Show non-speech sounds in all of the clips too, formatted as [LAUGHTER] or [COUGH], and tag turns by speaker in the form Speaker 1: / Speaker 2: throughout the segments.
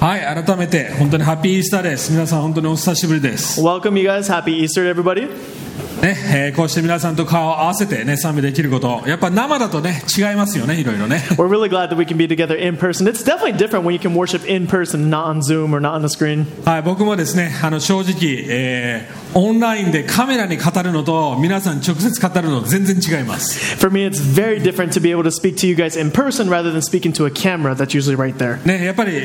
Speaker 1: はい改めて本当にハッピーイースターです皆さん本当にお久しぶりです
Speaker 2: Welcome, you guys. Happy Easter, everybody.
Speaker 1: ね、えーこうして皆さんと顔を合わせてね賛美できることやっぱ生だとね違いますよねいろいろね [LAUGHS]
Speaker 2: We're really glad that we can be together in person. It's definitely different when you can worship in person, not on Zoom or not on the screen.
Speaker 1: はい僕もですねあの正直、えーオンラインでカメラに語るのと皆さん直接語るの全然違います
Speaker 2: For me, it's very different to be able to speak to you guys in person rather than speaking to a camera that's usually right there.
Speaker 1: ねやっぱり、え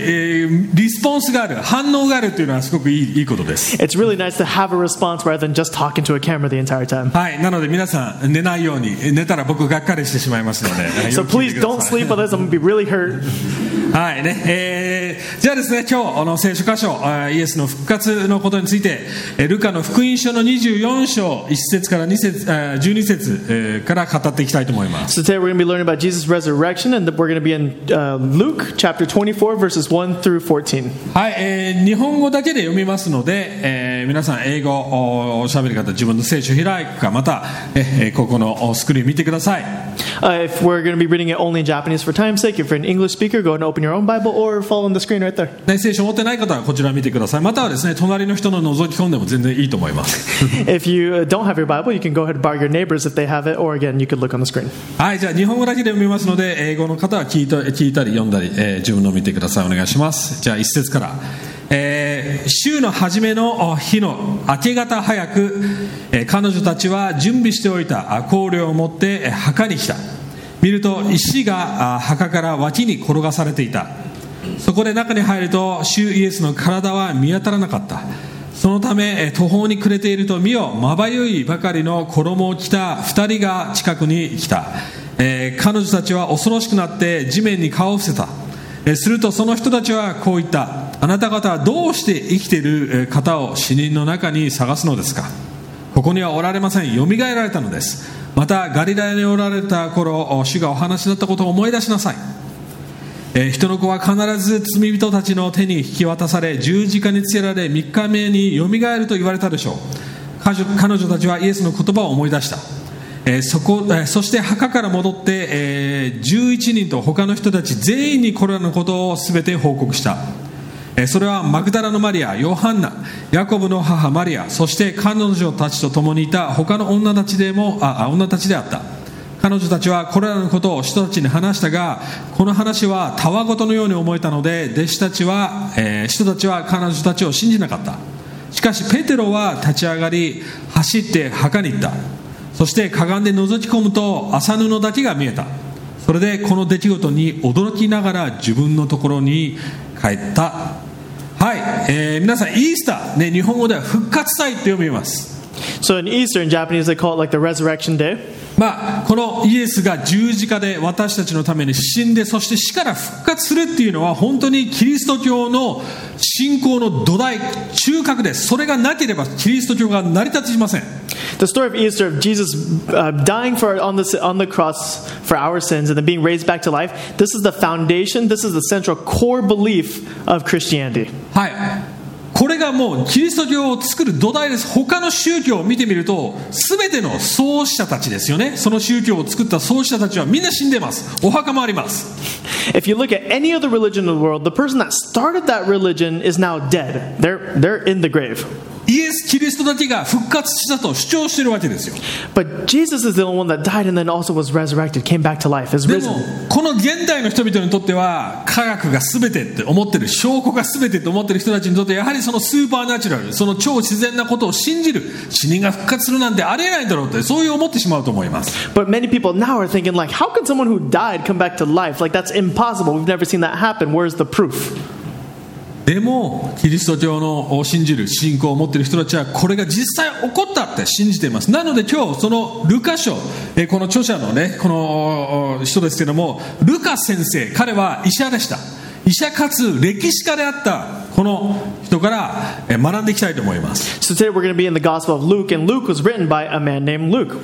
Speaker 1: ーリスポンスがある反応があるっていうのはすごくいいいいことです
Speaker 2: It's really nice to have a response rather than just talking to a camera the entire time.
Speaker 1: はいなので皆さん寝ないように寝たら僕がっかりしてしまいますので、
Speaker 2: So
Speaker 1: よく聞いて
Speaker 2: please
Speaker 1: ください
Speaker 2: don't sleep, otherwise, I'm going to be really hurt.
Speaker 1: はいねえーじゃあですね今日あの聖書箇所あーイエスの復活のことについてえールカの福音書の24章1節から2節あー12節、えーから語っていきたいと思います
Speaker 2: So today, we're going to be learning about Jesus' resurrection, and we're going to be in uh, Luke chapter 24, verses 1 through 14.
Speaker 1: はい、えー日本語だけで読みますので、えー皆さん英語おおしゃべり方自分の聖書開くかまたえーここのおスクリーン見てください
Speaker 2: Uh, if we're going to be reading it only in Japanese for time's sake, if you're an English speaker, go and open your own Bible or follow on the screen right there.
Speaker 1: ね聖書持ってない方はこちら見てくださいまたはですね隣の人の覗き込んでも全然いいと思います
Speaker 2: if you uh, don't have your Bible, you can go ahead and borrow your neighbors if they have it, or again, you could look on the screen.
Speaker 1: はいじゃあ日本語だけで読みますので英語の方は聞いた聞いたり読んだり、えー自分の見てくださいお願いしますじゃあ一節から、えー週の初めのお日の明け方早く、えー彼女たちは準備しておいたあ香料を持ってえー墓に来た見ると石があ墓から脇に転がされていたそこで中に入ると主イエスの体は見当たらなかったそのためえー途方に暮れていると見よまばゆいばかりの衣を着た2人が近くに来た、えー彼女たちは恐ろしくなって地面に顔を伏せたえーするとその人たちはこう言ったあなた方はどうして生きているえー方を死人の中に探すのですかここにはおられませんよみがえられたのですまたガリラヤにおられた頃主がお話しになったことを思い出しなさいえー人の子は必ず罪人たちの手に引き渡され十字架につけられ3日目によみがえると言われたでしょう彼女彼女たちはイエスの言葉を思い出した、えーそこえーそして墓から戻って、えー11人と他の人たち全員にこれらのことを全て報告したえーそれはマグダラのマリア、ヨハンナ、ヤコブの母マリア、そして彼女たちと共にいた他の女たちでもああ女たちであった。彼女たちはこれらのことを人たちに話したが、この話はたわごとのように思えたので、弟子たちは、えー人たちは彼女たちを信じなかった。しかしペテロは立ち上がり、走って墓に行った。そしてかがんで覗き込むと麻布だけが見えた。それでこの出来事に驚きながら自分のところに帰った。はい、えー皆さん、イースター、ね、日本語では復活祭って読みます。
Speaker 2: So in Easter, in Japanese, they call it like the Resurrection Day.
Speaker 1: まあ、このイエスが十字架で私たちのために死んで、そして死から復活するっていうのは、本当にキリスト教の信仰の土台、中核です。それがなければ、キリスト教が成り立ちません。
Speaker 2: The story of Easter, of Jesus uh, dying for on the on the cross for our sins and then being raised back to life. This is the foundation. This is the central core belief of Christianity.
Speaker 1: はい。これがもうキリスト教を作る土台です。他の宗教を見てみると、すべての創始者たちですよね。その宗教を作った創始者たちはみんな死んでます。お墓もあります。
Speaker 2: If you look at any other religion in the world, the person that started that religion is now dead. They're they're in the grave.
Speaker 1: イエス・キリストだけが復活したと主張してるわけですよ
Speaker 2: But Jesus is the only one that died and then also was resurrected, came back to life, is
Speaker 1: でも
Speaker 2: risen.
Speaker 1: この現代の人々にとっては科学が全てって思ってる証拠が全てって思ってる人たちにとってやはりそのスーパーナチュラルその超自然なことを信じる死人が復活するなんてありえないだろうってそういう思ってしまうと思います
Speaker 2: But many people now are thinking like, how can someone who died come back to life? Like that's impossible. We've never seen that happen. Where's the proof?
Speaker 1: でもキリスト教の信じる信仰を持っている人たちはこれが実際起こったって信じていますなので今日そのルカ書えーこの著者のねこのお人ですけどもルカ先生彼は医者でした医者かつ歴史家であったこの人からえー学んでいきたいと思います
Speaker 2: So today we're going to be in the Gospel of Luke, and Luke was written by a man named Luke.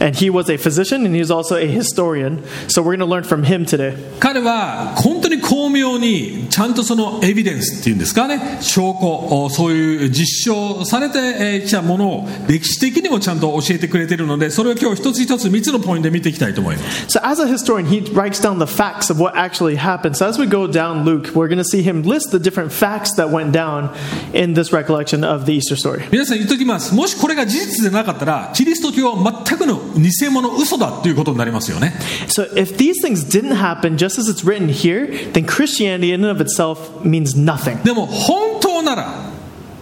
Speaker 2: And he was a physician and he was also a historian. So we're going to learn from him today.
Speaker 1: 彼は本当に巧妙秒にちゃんとそのエビデンスっていうんですかね証拠おそういう実証されてえーきたものを歴史的にもちゃんと教えてくれているのでそれを今日一つ一つ3つのポイントで見ていきたいと思います
Speaker 2: So, as a historian, he writes down the facts of what actually happened. So, as we go down Luke, we're going to see him list the different facts that went down in this recollection of the Easter story.
Speaker 1: 皆さん言っときますもしこれが事実でなかったらキリスト教は全くの偽物嘘だっていうことになりますよね
Speaker 2: So, if these things didn't happen just as it's written here, then Christianity in and of itself means nothing.
Speaker 1: でも本当なら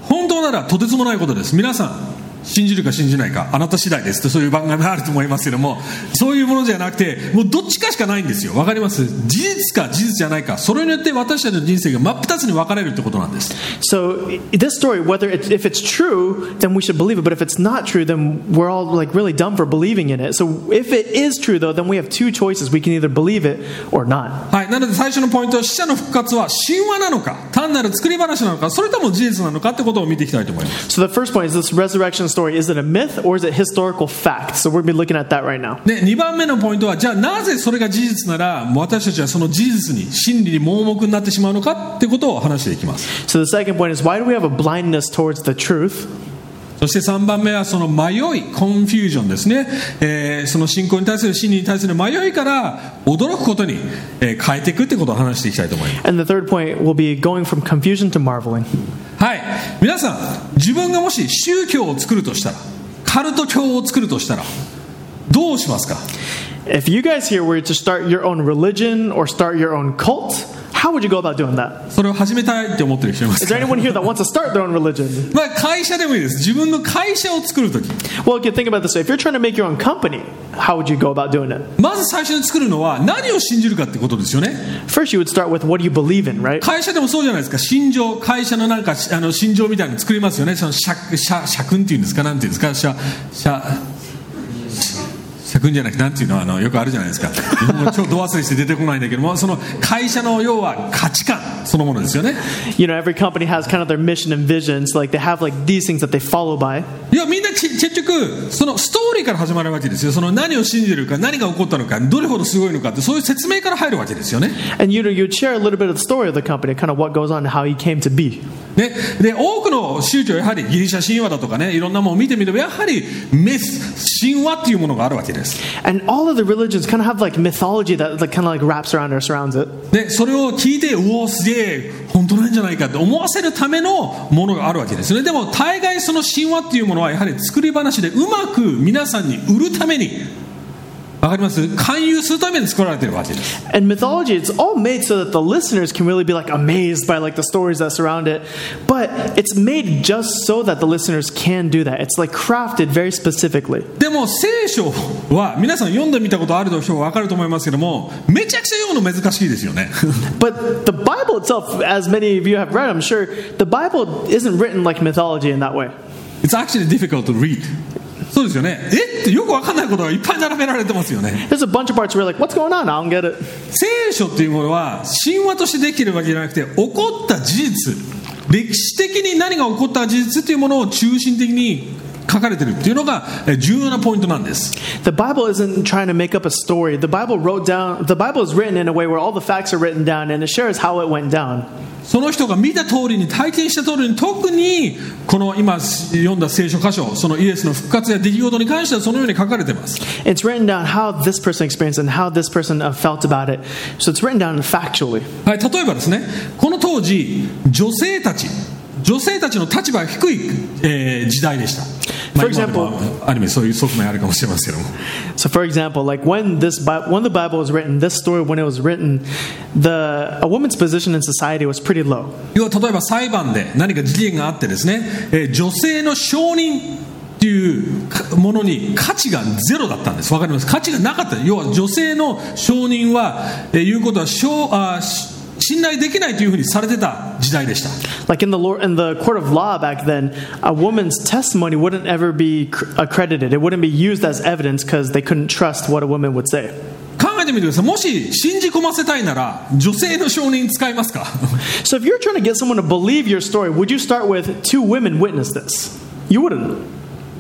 Speaker 1: 本当ならとてつもないことです皆さん信じるか信じないかあなた次第ですってそういう番組があると思いますけどもそういうものじゃなくてもうどっちかしかないんですよわかります事実か事実じゃないかそれによって私たちの人生が真っ二つに分かれるってことなんです
Speaker 2: So, i- this story, whether it's, if it's true, then we should believe it. But if it's not true, then we're all like really dumb for believing in it. So, if it is true, though, then we have two choices. We can either believe it or not.
Speaker 1: はい、なので最初のポイントは死者の復活は神話なのか単なる作り話なのかそれとも事実なのかってことを見ていきたいと思います
Speaker 2: So, the first point is this resurrection story is it a myth or is it historical fact? So, we're going to be looking at that right now.
Speaker 1: で2番目のポイントはじゃあなぜそれが事実なら私たちはその事実に真理に盲目になってしまうのかってことを話していきます
Speaker 2: So, the second point is why do we have a blindness towards the truth?
Speaker 1: そして3番目はその迷いコンフュージョンですね、えーその信仰に対する真理に対する迷いから驚くことに、えー変えていくってことを話していきたいと思います
Speaker 2: And the third point will be going from confusion to marveling.
Speaker 1: はい皆さん自分がもし宗教を作るとしたらカルト教を作るとしたらどうしますか
Speaker 2: If you guys here were to start your own religion or start your own cult, how would you go about doing that?
Speaker 1: それを始めたいって思ってる人います
Speaker 2: Is there anyone here that wants to start their own religion?
Speaker 1: まあ会社でもいいです自分の会社を作るとき
Speaker 2: Well, you can think about it this way. If you're trying to make your own company, how would you go about doing it?
Speaker 1: まず最初に作るのは何を信じるかってことですよね
Speaker 2: First, you would start with what do you believe in, right?
Speaker 1: 会社でもそうじゃないですか心情会社のなんかあの心情みたいなの作りますよねその社社社訓っていうんですかなんていうんですか社社社訓じゃなくてなんていうのあのよくあるじゃないですか日本語超度忘れして出てこないんだけどもその会社の要は価値観そのものですよね
Speaker 2: You know, every company has kind of their mission and visions. Like they have like these things that they follow by.
Speaker 1: いやみんなち結局そのストーリーから始まるわけですよその何を信じるか何が起こったのかどれほどすごいのかってそういう説明から入るわけですよね
Speaker 2: And you know, you'd share a little bit of the story of the company, kind of what goes on and how you came to be.
Speaker 1: ね、で多くの宗教やはりギリシャ神話だとかねいろんなものを見てみればやはりメス神話っていうものがあるわけです
Speaker 2: And all of the religions kind of have like mythology that like, kind of like wraps around or surrounds it.
Speaker 1: でそれを聞いてうおすげえ本当なんじゃないかって思わせるためのものがあるわけですよねでも大概その神話っていうものはやはり作り話でうまく皆さんに売るためにわかります勧誘するために作られてるわけです
Speaker 2: And mythology, it's all made so that the listeners can really be like amazed by like the stories that surround it. But it's made just so that the listeners can do that. It's like crafted very specifically.
Speaker 1: でも聖書は皆さん読んでみたことある人はわかると思いますけどもめちゃくちゃ読むの難しいですよね
Speaker 2: But the Bible itself, as many of you have read, I'm sure, the Bible isn't written like mythology in that way.
Speaker 1: It's actually difficult to read そうですよねえってよくわかんないことがいっぱい並べられてますよね
Speaker 2: There's a bunch of parts where you're like, what's going on? I don't get it.
Speaker 1: 聖書っていうものは神話としてできてるわけじゃなくて起こった事実歴史的に何が起こった事実っていうものを中心的に書かれてるっていうのがえ重要なポイントなんです
Speaker 2: The Bible isn't trying to make up a story. The Bible wrote down, the Bible is written in a way where all the facts are written down and it shares how it went down.
Speaker 1: その人が見た通りに体験した通りに特にこの今読んだ聖書箇所そのイエスの復活や出来事に関してはそのように書かれてます
Speaker 2: It's written down how this person experienced and how this person uh, felt about it. So it's written down factually.
Speaker 1: はい、例えばですねこの当時女性たち女性たちの立場が低い、えー時代でした、まあ、
Speaker 2: For
Speaker 1: 今でもアニメそういう側面あるかもしれませんけども
Speaker 2: So, for example, like when this Bi- when the Bible was written, this story when it was written, the a woman's position in society was pretty low.
Speaker 1: 要は例えば裁判で何か事件があってですね、えー女性の証人っていうかものに価値がゼロだったんですわかります価値がなかった要は女性の証人は、えー言うことは証あーし信頼できないというふうにされてた時代でした
Speaker 2: Like in the law, in the court of law back then, a woman's testimony wouldn't ever be cr- accredited. It wouldn't be used as evidence because they couldn't trust what a woman would say.
Speaker 1: 考えてみてくださいもし信じ込ませたいなら女性の証人使いますか [LAUGHS]
Speaker 2: So, if you're trying to get someone to believe your story, would you start with two women witnessed this? You wouldn't.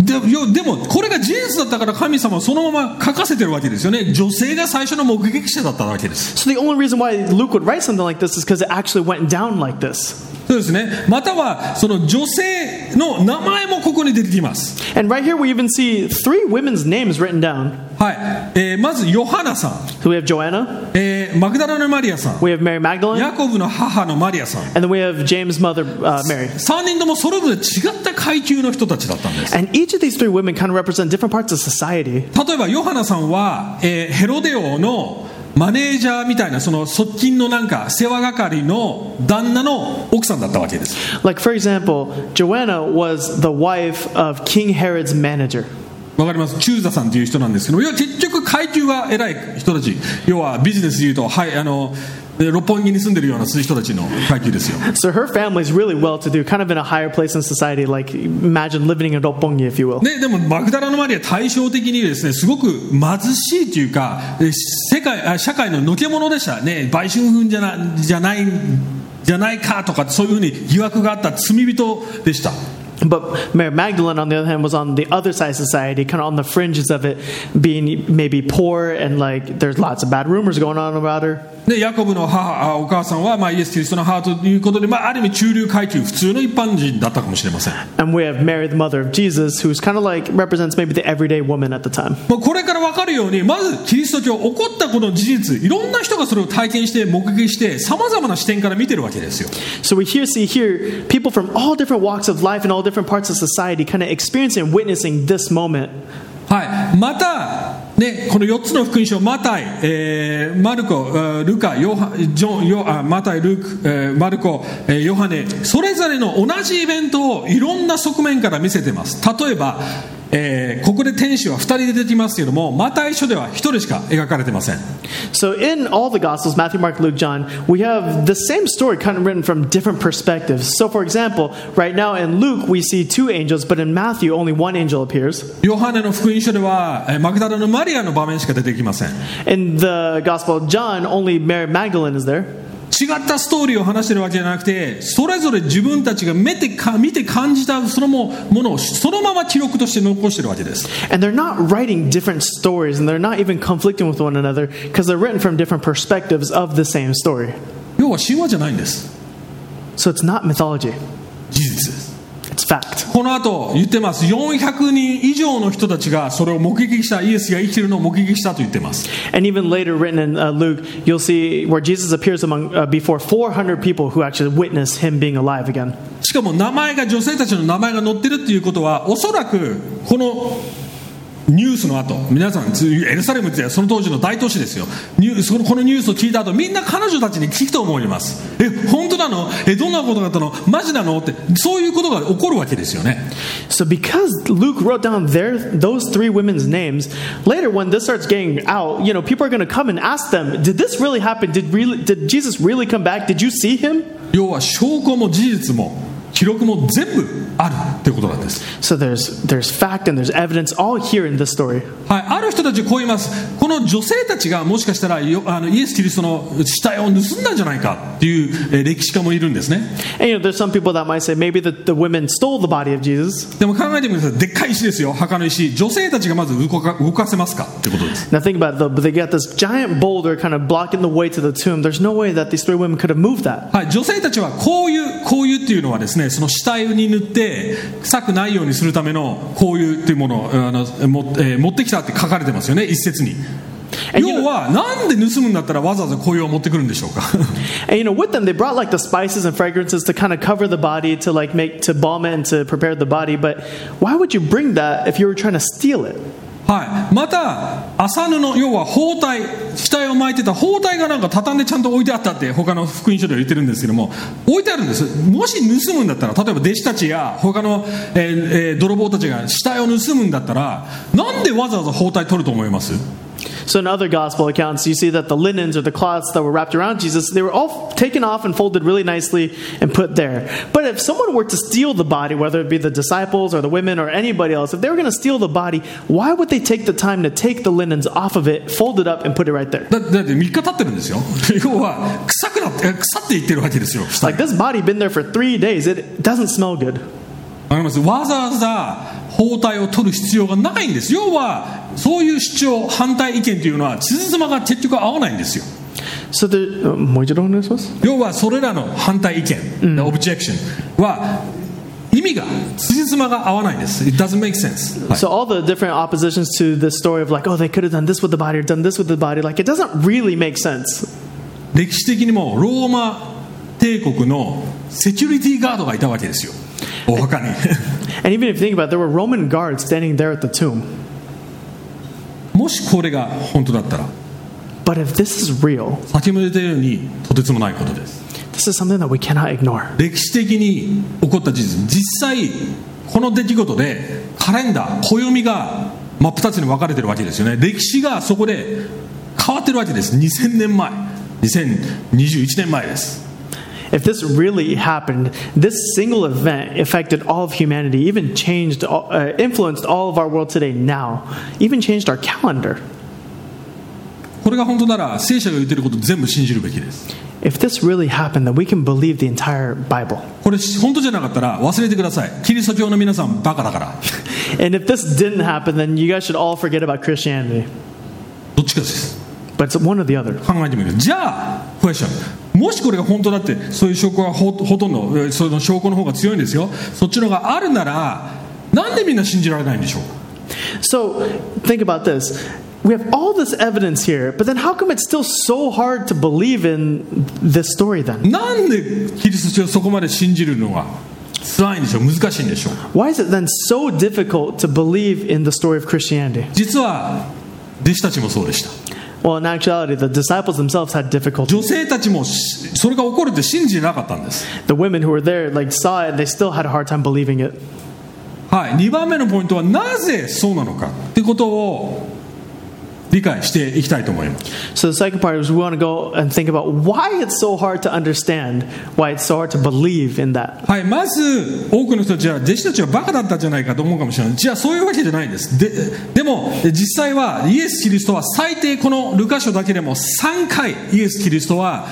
Speaker 1: ででよでもこれが事実だったから神様はそのまま書かせてるわけですよね女性が最初の目撃者だったわけです
Speaker 2: So the only reason why Luke would write something like this is because it actually went down like this.
Speaker 1: そうですねまたはその女性の名前もここに出てきます
Speaker 2: And right here we even see three women's names written down.
Speaker 1: はい、えーまずヨハナさん、
Speaker 2: So we have Joanna,
Speaker 1: えーマクダラのマリアさん
Speaker 2: we have Mary Magdalene,
Speaker 1: ヤコブの母のマリアさん
Speaker 2: and then we have James' mother uh, Mary.
Speaker 1: 3人ともそれぞれ違った階級の人たちだったんです
Speaker 2: And each of these three women kind of represent different parts of society.
Speaker 1: 例えばヨハナさんは、えーヘロデ王のマネージャーみたいなその側近のなんか世話係の旦那の奥さんだったわけです
Speaker 2: Like, for example, Joanna was the wife of King Herod's manager.
Speaker 1: わかります中座さんという人なんですけど要は結局階級が偉い人たち要はビジネスでいうと、はい、あのえー六本木に住んでるような人たちの階級ですよ
Speaker 2: So her family's really well to do, kind of in a higher place in society. Like, imagine living in Roppongi, if you will.
Speaker 1: ででもマグダラのマリア対照的にですねすごく貧しいというかえ世界あ社会ののけ者でしたね売春婦じゃなじゃないじゃないかとかそういうふうに疑惑があった罪人でした
Speaker 2: But Mary Magdalene, on the other hand, was on the other side of society, kind of on the fringes of it, being maybe poor and like there's lots of bad rumors going on about her.
Speaker 1: でヤコブの母あお母さんは、まあ、イエス・キリストの母ということで、まあ、ある意味中流階級普通の一般人だったかもしれません
Speaker 2: And we have Mary, the mother of Jesus, who's kind of like represents maybe the everyday woman at the time.
Speaker 1: もうこれから分かるようにまずキリスト教起こったこの事実いろんな人がそれを体験して目撃してさまざまな視点から見てるわけですよ
Speaker 2: So we here see here people from all different walks of life and all different parts of society kind of experiencing and witnessing this moment.
Speaker 1: はい、また、ね、この4つの福音書、マタイ、えーマルコ、えールカ、ヨハジョンヨあマタイ、ルーク、えーマルコ、えーヨハネ、それぞれの同じイベントをいろんな側面から見せてます。例えば、えーここで天使は2人出てきますけども、マタイ書では1人しか描かれてません。
Speaker 2: So in all the Gospels, Matthew, Mark, Luke, John, we have the same story kind of written from different perspectives. So for example, right now in Luke, we see two angels, but in Matthew, only one angel appears.
Speaker 1: ヨハネの福音書では、えーマグダラのマリアの場面しか出てきません。違
Speaker 2: In the Gospel of John, only Mary Magdalene is there.
Speaker 1: ったストーリーを話してるわけじゃなくて、それぞれ自分たちが目でか見て感じたそのもものをそのまま記録として残してるわけです。
Speaker 2: And they're not writing different stories, and they're not even conflicting with one another because they're written from different perspectives of the same story.
Speaker 1: 要は神話じゃないんです
Speaker 2: So it's not mythology,
Speaker 1: 事実です
Speaker 2: it's fact.
Speaker 1: この後言ってます400人以上の人たちがそれを目撃したイエスが生きてるのを目撃したと言ってます
Speaker 2: And even later, written in uh, Luke, you'll see where Jesus appears among uh, before 400 people who actually witness him being alive again.
Speaker 1: しかも名前が女性たちの名前が載ってるっていうことはおそらくこのニュースの後皆さんつエルサレムってその当時の大都市ですよニューそのこのニュースを聞いた後みんな彼女たちに聞くと思いますえ本当なのえどんなことだったのマジなのってそういうことが起こるわけですよね
Speaker 2: So because Luke wrote down their those three women's names, later when this starts getting out, you know, people are going to come and ask them, "Did this really happen? Did really did Jesus really come back? Did you see him?"
Speaker 1: 要は証拠も事実も記録も全部あるってことなんです
Speaker 2: So there's there's fact and there's evidence all here in this story.
Speaker 1: はい、ある人たちはこう言います、この女性たちがもしかしたらよあのイエス・キリストの死体を盗んだんじゃないかっていうえー歴史家もいるんですね、
Speaker 2: And you know, there's some people that might say maybe the, the women stole the body of Jesus.
Speaker 1: でも考えてみてください、でっかい石ですよ、墓の石、女性たちがまず動か動かせますかってことです、
Speaker 2: Now think about it though, but they got this giant boulder kind of blocking the way to the tomb. There's no way that these three women could have moved that.
Speaker 1: はい、女性たちはこういう、こういうっていうのはですね、その死体に塗って、臭くないようにするためのこういうっていうものをあのも、えー持ってきたって書かれてますよね、一説に。
Speaker 2: え
Speaker 1: 要は、なんで盗むんだったらわざわざこういうを持ってくるんでしょうか。
Speaker 2: And you know, with them they brought like the spices and fragrances to kind of cover the body, to like make to balm it and to prepare the body. But why would you bring that if you were trying to steal it?
Speaker 1: はい、また、麻布、要は包帯、死体を巻いてた包帯がなんか畳んでちゃんと置いてあったって、他の福音書では言ってるんですけども、置いてあるんです、もし盗むんだったら、例えば弟子たちや他の、えーえー泥棒たちが死体を盗むんだったら、なんでわざわざ包帯取ると思います
Speaker 2: So in other gospel accounts, you see that the linens or the cloths that were wrapped around Jesus, they were all taken off and folded really nicely and put there. But if someone were to steal the body, whether it be the disciples or the women or anybody else, if they were going to steal the body, why would they take the time to take the linens off of it, fold it up, and put it right there?
Speaker 1: だだって3日経ってるんですよ、 [LAUGHS] 要は臭くなって、腐っていってるわけですよ、死体
Speaker 2: Like this body been there for three days. It doesn't smell good.
Speaker 1: わかりますわざわざ包帯を取る必要がないんです要はそういう主張反対意見というのは辻褄が結局合わないんですよ
Speaker 2: So the, uh, もう一度お願いします。
Speaker 1: 要はそれらの反対意見、オブジェクションは意味が辻褄が合わないんです It doesn't make sense、はい
Speaker 2: So all the different oppositions to this story of like, oh, they could have done this with the body or done this with the body, like it doesn't really make sense.
Speaker 1: 歴史的にもローマ帝国のセキュリティガードがいたわけですよお墓に
Speaker 2: And even if you think about it, there were Roman guards standing there at the tomb.
Speaker 1: [LAUGHS] もしこれが本当だったら
Speaker 2: But if this is real,
Speaker 1: 先ほど言ったようにとてつもないことです
Speaker 2: this is something that we cannot ignore.
Speaker 1: 歴史的に起こった事実実際この出来事でカレンダー暦が真っ二つに分かれてるわけですよね歴史がそこで変わってるわけです2000年前2021年前です
Speaker 2: If this really happened, this single event affected all of humanity, even changed, all- uh, influenced all of our world today now, even changed our calendar.
Speaker 1: これが本当なら聖書が言ってること全部信じるべきです
Speaker 2: If this really happened, then we can believe the entire Bible.
Speaker 1: これ本当じゃなかったら忘れてくださいキリスト教の皆さんバカだから
Speaker 2: And if this didn't happen, then you guys should all forget about Christianity.
Speaker 1: どっちかです
Speaker 2: But it's one or the other.
Speaker 1: 考えてみるじゃあクエスチョンもしこれが本当だってそういう証拠はほほとんどえーその証拠の方が強いんですよそっちの方があるならなんでみんな信じられないんでしょうか
Speaker 2: So think about this. We have all this evidence here, but then how come it's still so hard to believe in this story then?
Speaker 1: なんでキリスト教をそこまで信じるのが辛いんでしょう難しいんでしょう
Speaker 2: Why is it then so difficult to believe in the story of Christianity?
Speaker 1: 実は弟子たちもそうでした
Speaker 2: Well, in actuality, the disciples themselves had difficulty.
Speaker 1: 女性たちもしそれが起こるって信じなかったんです
Speaker 2: The women who were there like saw it, they still had a hard time believing it.
Speaker 1: はい2番目のポイントはなぜそうなのかってことを理解していきたいと思います
Speaker 2: So the second part is we want to go and think about why it's so hard to understand, why it's so hard to believe in that.
Speaker 1: はいまず多くの人たちは弟子たちはバカだったんじゃないかと思うかもしれないじゃあそういうわけじゃないんですででも実際はイエス・キリストは最低このルカ書だけでも3回イエス・キリストは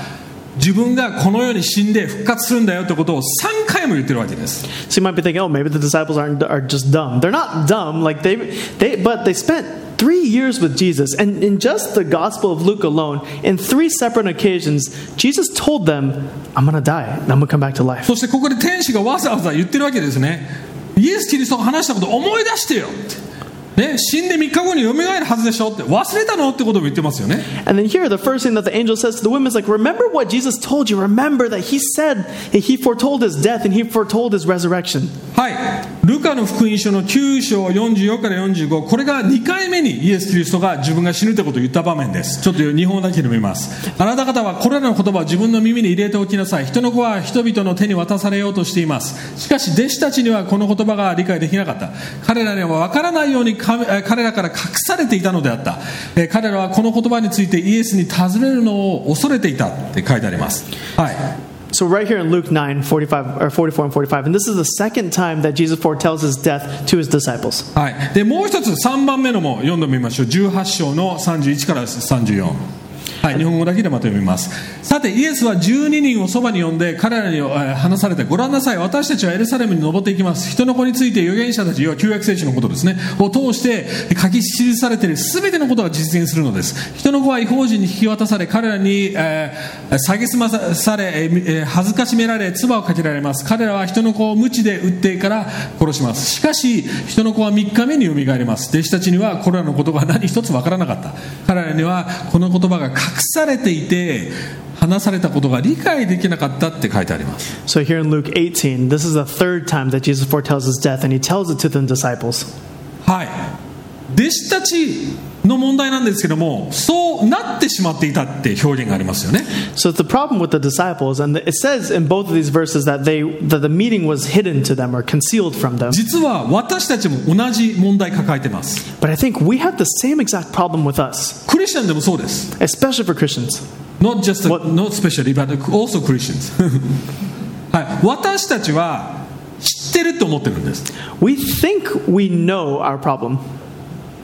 Speaker 1: 自分がこの世に死んで復活するんだよってことを3回も言ってるわけです
Speaker 2: So you might be thinking, oh, maybe the disciples aren't are just dumb. They're not dumb, like they they but they spent three years with Jesus, and in just the Gospel of Luke alone, in three separate occasions, Jesus told them, "I'm gonna die, and I'm gonna come back to life."
Speaker 1: そしてここで天使がわざわざ言ってるわけですねイエス・キリストが話したこと思い出してよって、ね、死んで3日後に蘇るはずでしょって忘れたのってことも言ってますよね
Speaker 2: And then here, the first thing that the angel says to the women is like, "Remember what Jesus told you. Remember that He said that He foretold His death and He foretold His resurrection."
Speaker 1: はい、ルカの福音書の9章44から45これが2回目にイエス・キリストが自分が死ぬということを言った場面ですちょっと日本だけで見ますあなた方はこれらの言葉を自分の耳に入れておきなさい人の子は人々の手に渡されようとしていますしかし弟子たちにはこの言葉が理解できなかった彼らには分からないようにかえ彼らから隠されていたのであったえー彼らはこの言葉についてイエスに尋ねるのを恐れていたって書いてありますはい
Speaker 2: So right here in Luke 9, 45, or 44 and 45, and this is the second time that Jesus foretells his death to his disciples.
Speaker 1: はい、でもう一つ3番目のも読んでみましょう18章の31から34はい、日本語だけでまとめますさてイエスは12人をそばに呼んで彼らにえー話されてご覧なさい私たちはエルサレムに登っていきます人の子について預言者たち要は旧約聖書のことですねを通して書き記されている全てのことが実現するのです人の子は異邦人に引き渡され彼らに、えー、蔑まされ、えーえー恥ずかしめられ唾をかけられます彼らは人の子を鞭で打ってから殺しますしかし人の子は3日目によみがえります弟子たちにはこれらのことが何一つわからなかった彼らにはこの言葉が隠されていて話されたことが理解できなかったって書いてあります
Speaker 2: So here in Luke 18, this is the third time that Jesus foretells his death, and he tells it to the disciples.
Speaker 1: はい弟子たちの問題なんですけどもそうなってしまっていたって表現がありますよね
Speaker 2: So it's the problem with the disciples, and it says in both of these verses that they that the meeting was hidden to them or concealed from them.
Speaker 1: 実は私たちも同じ問題抱えてます
Speaker 2: But I think we have the same exact problem with us,
Speaker 1: クリスチャンでもそうです
Speaker 2: especially for Christians.
Speaker 1: Not just a,
Speaker 2: What-
Speaker 1: not especially, but also Christians. [LAUGHS] はい、私たちは知ってると思ってるんです。
Speaker 2: We think we know our problem,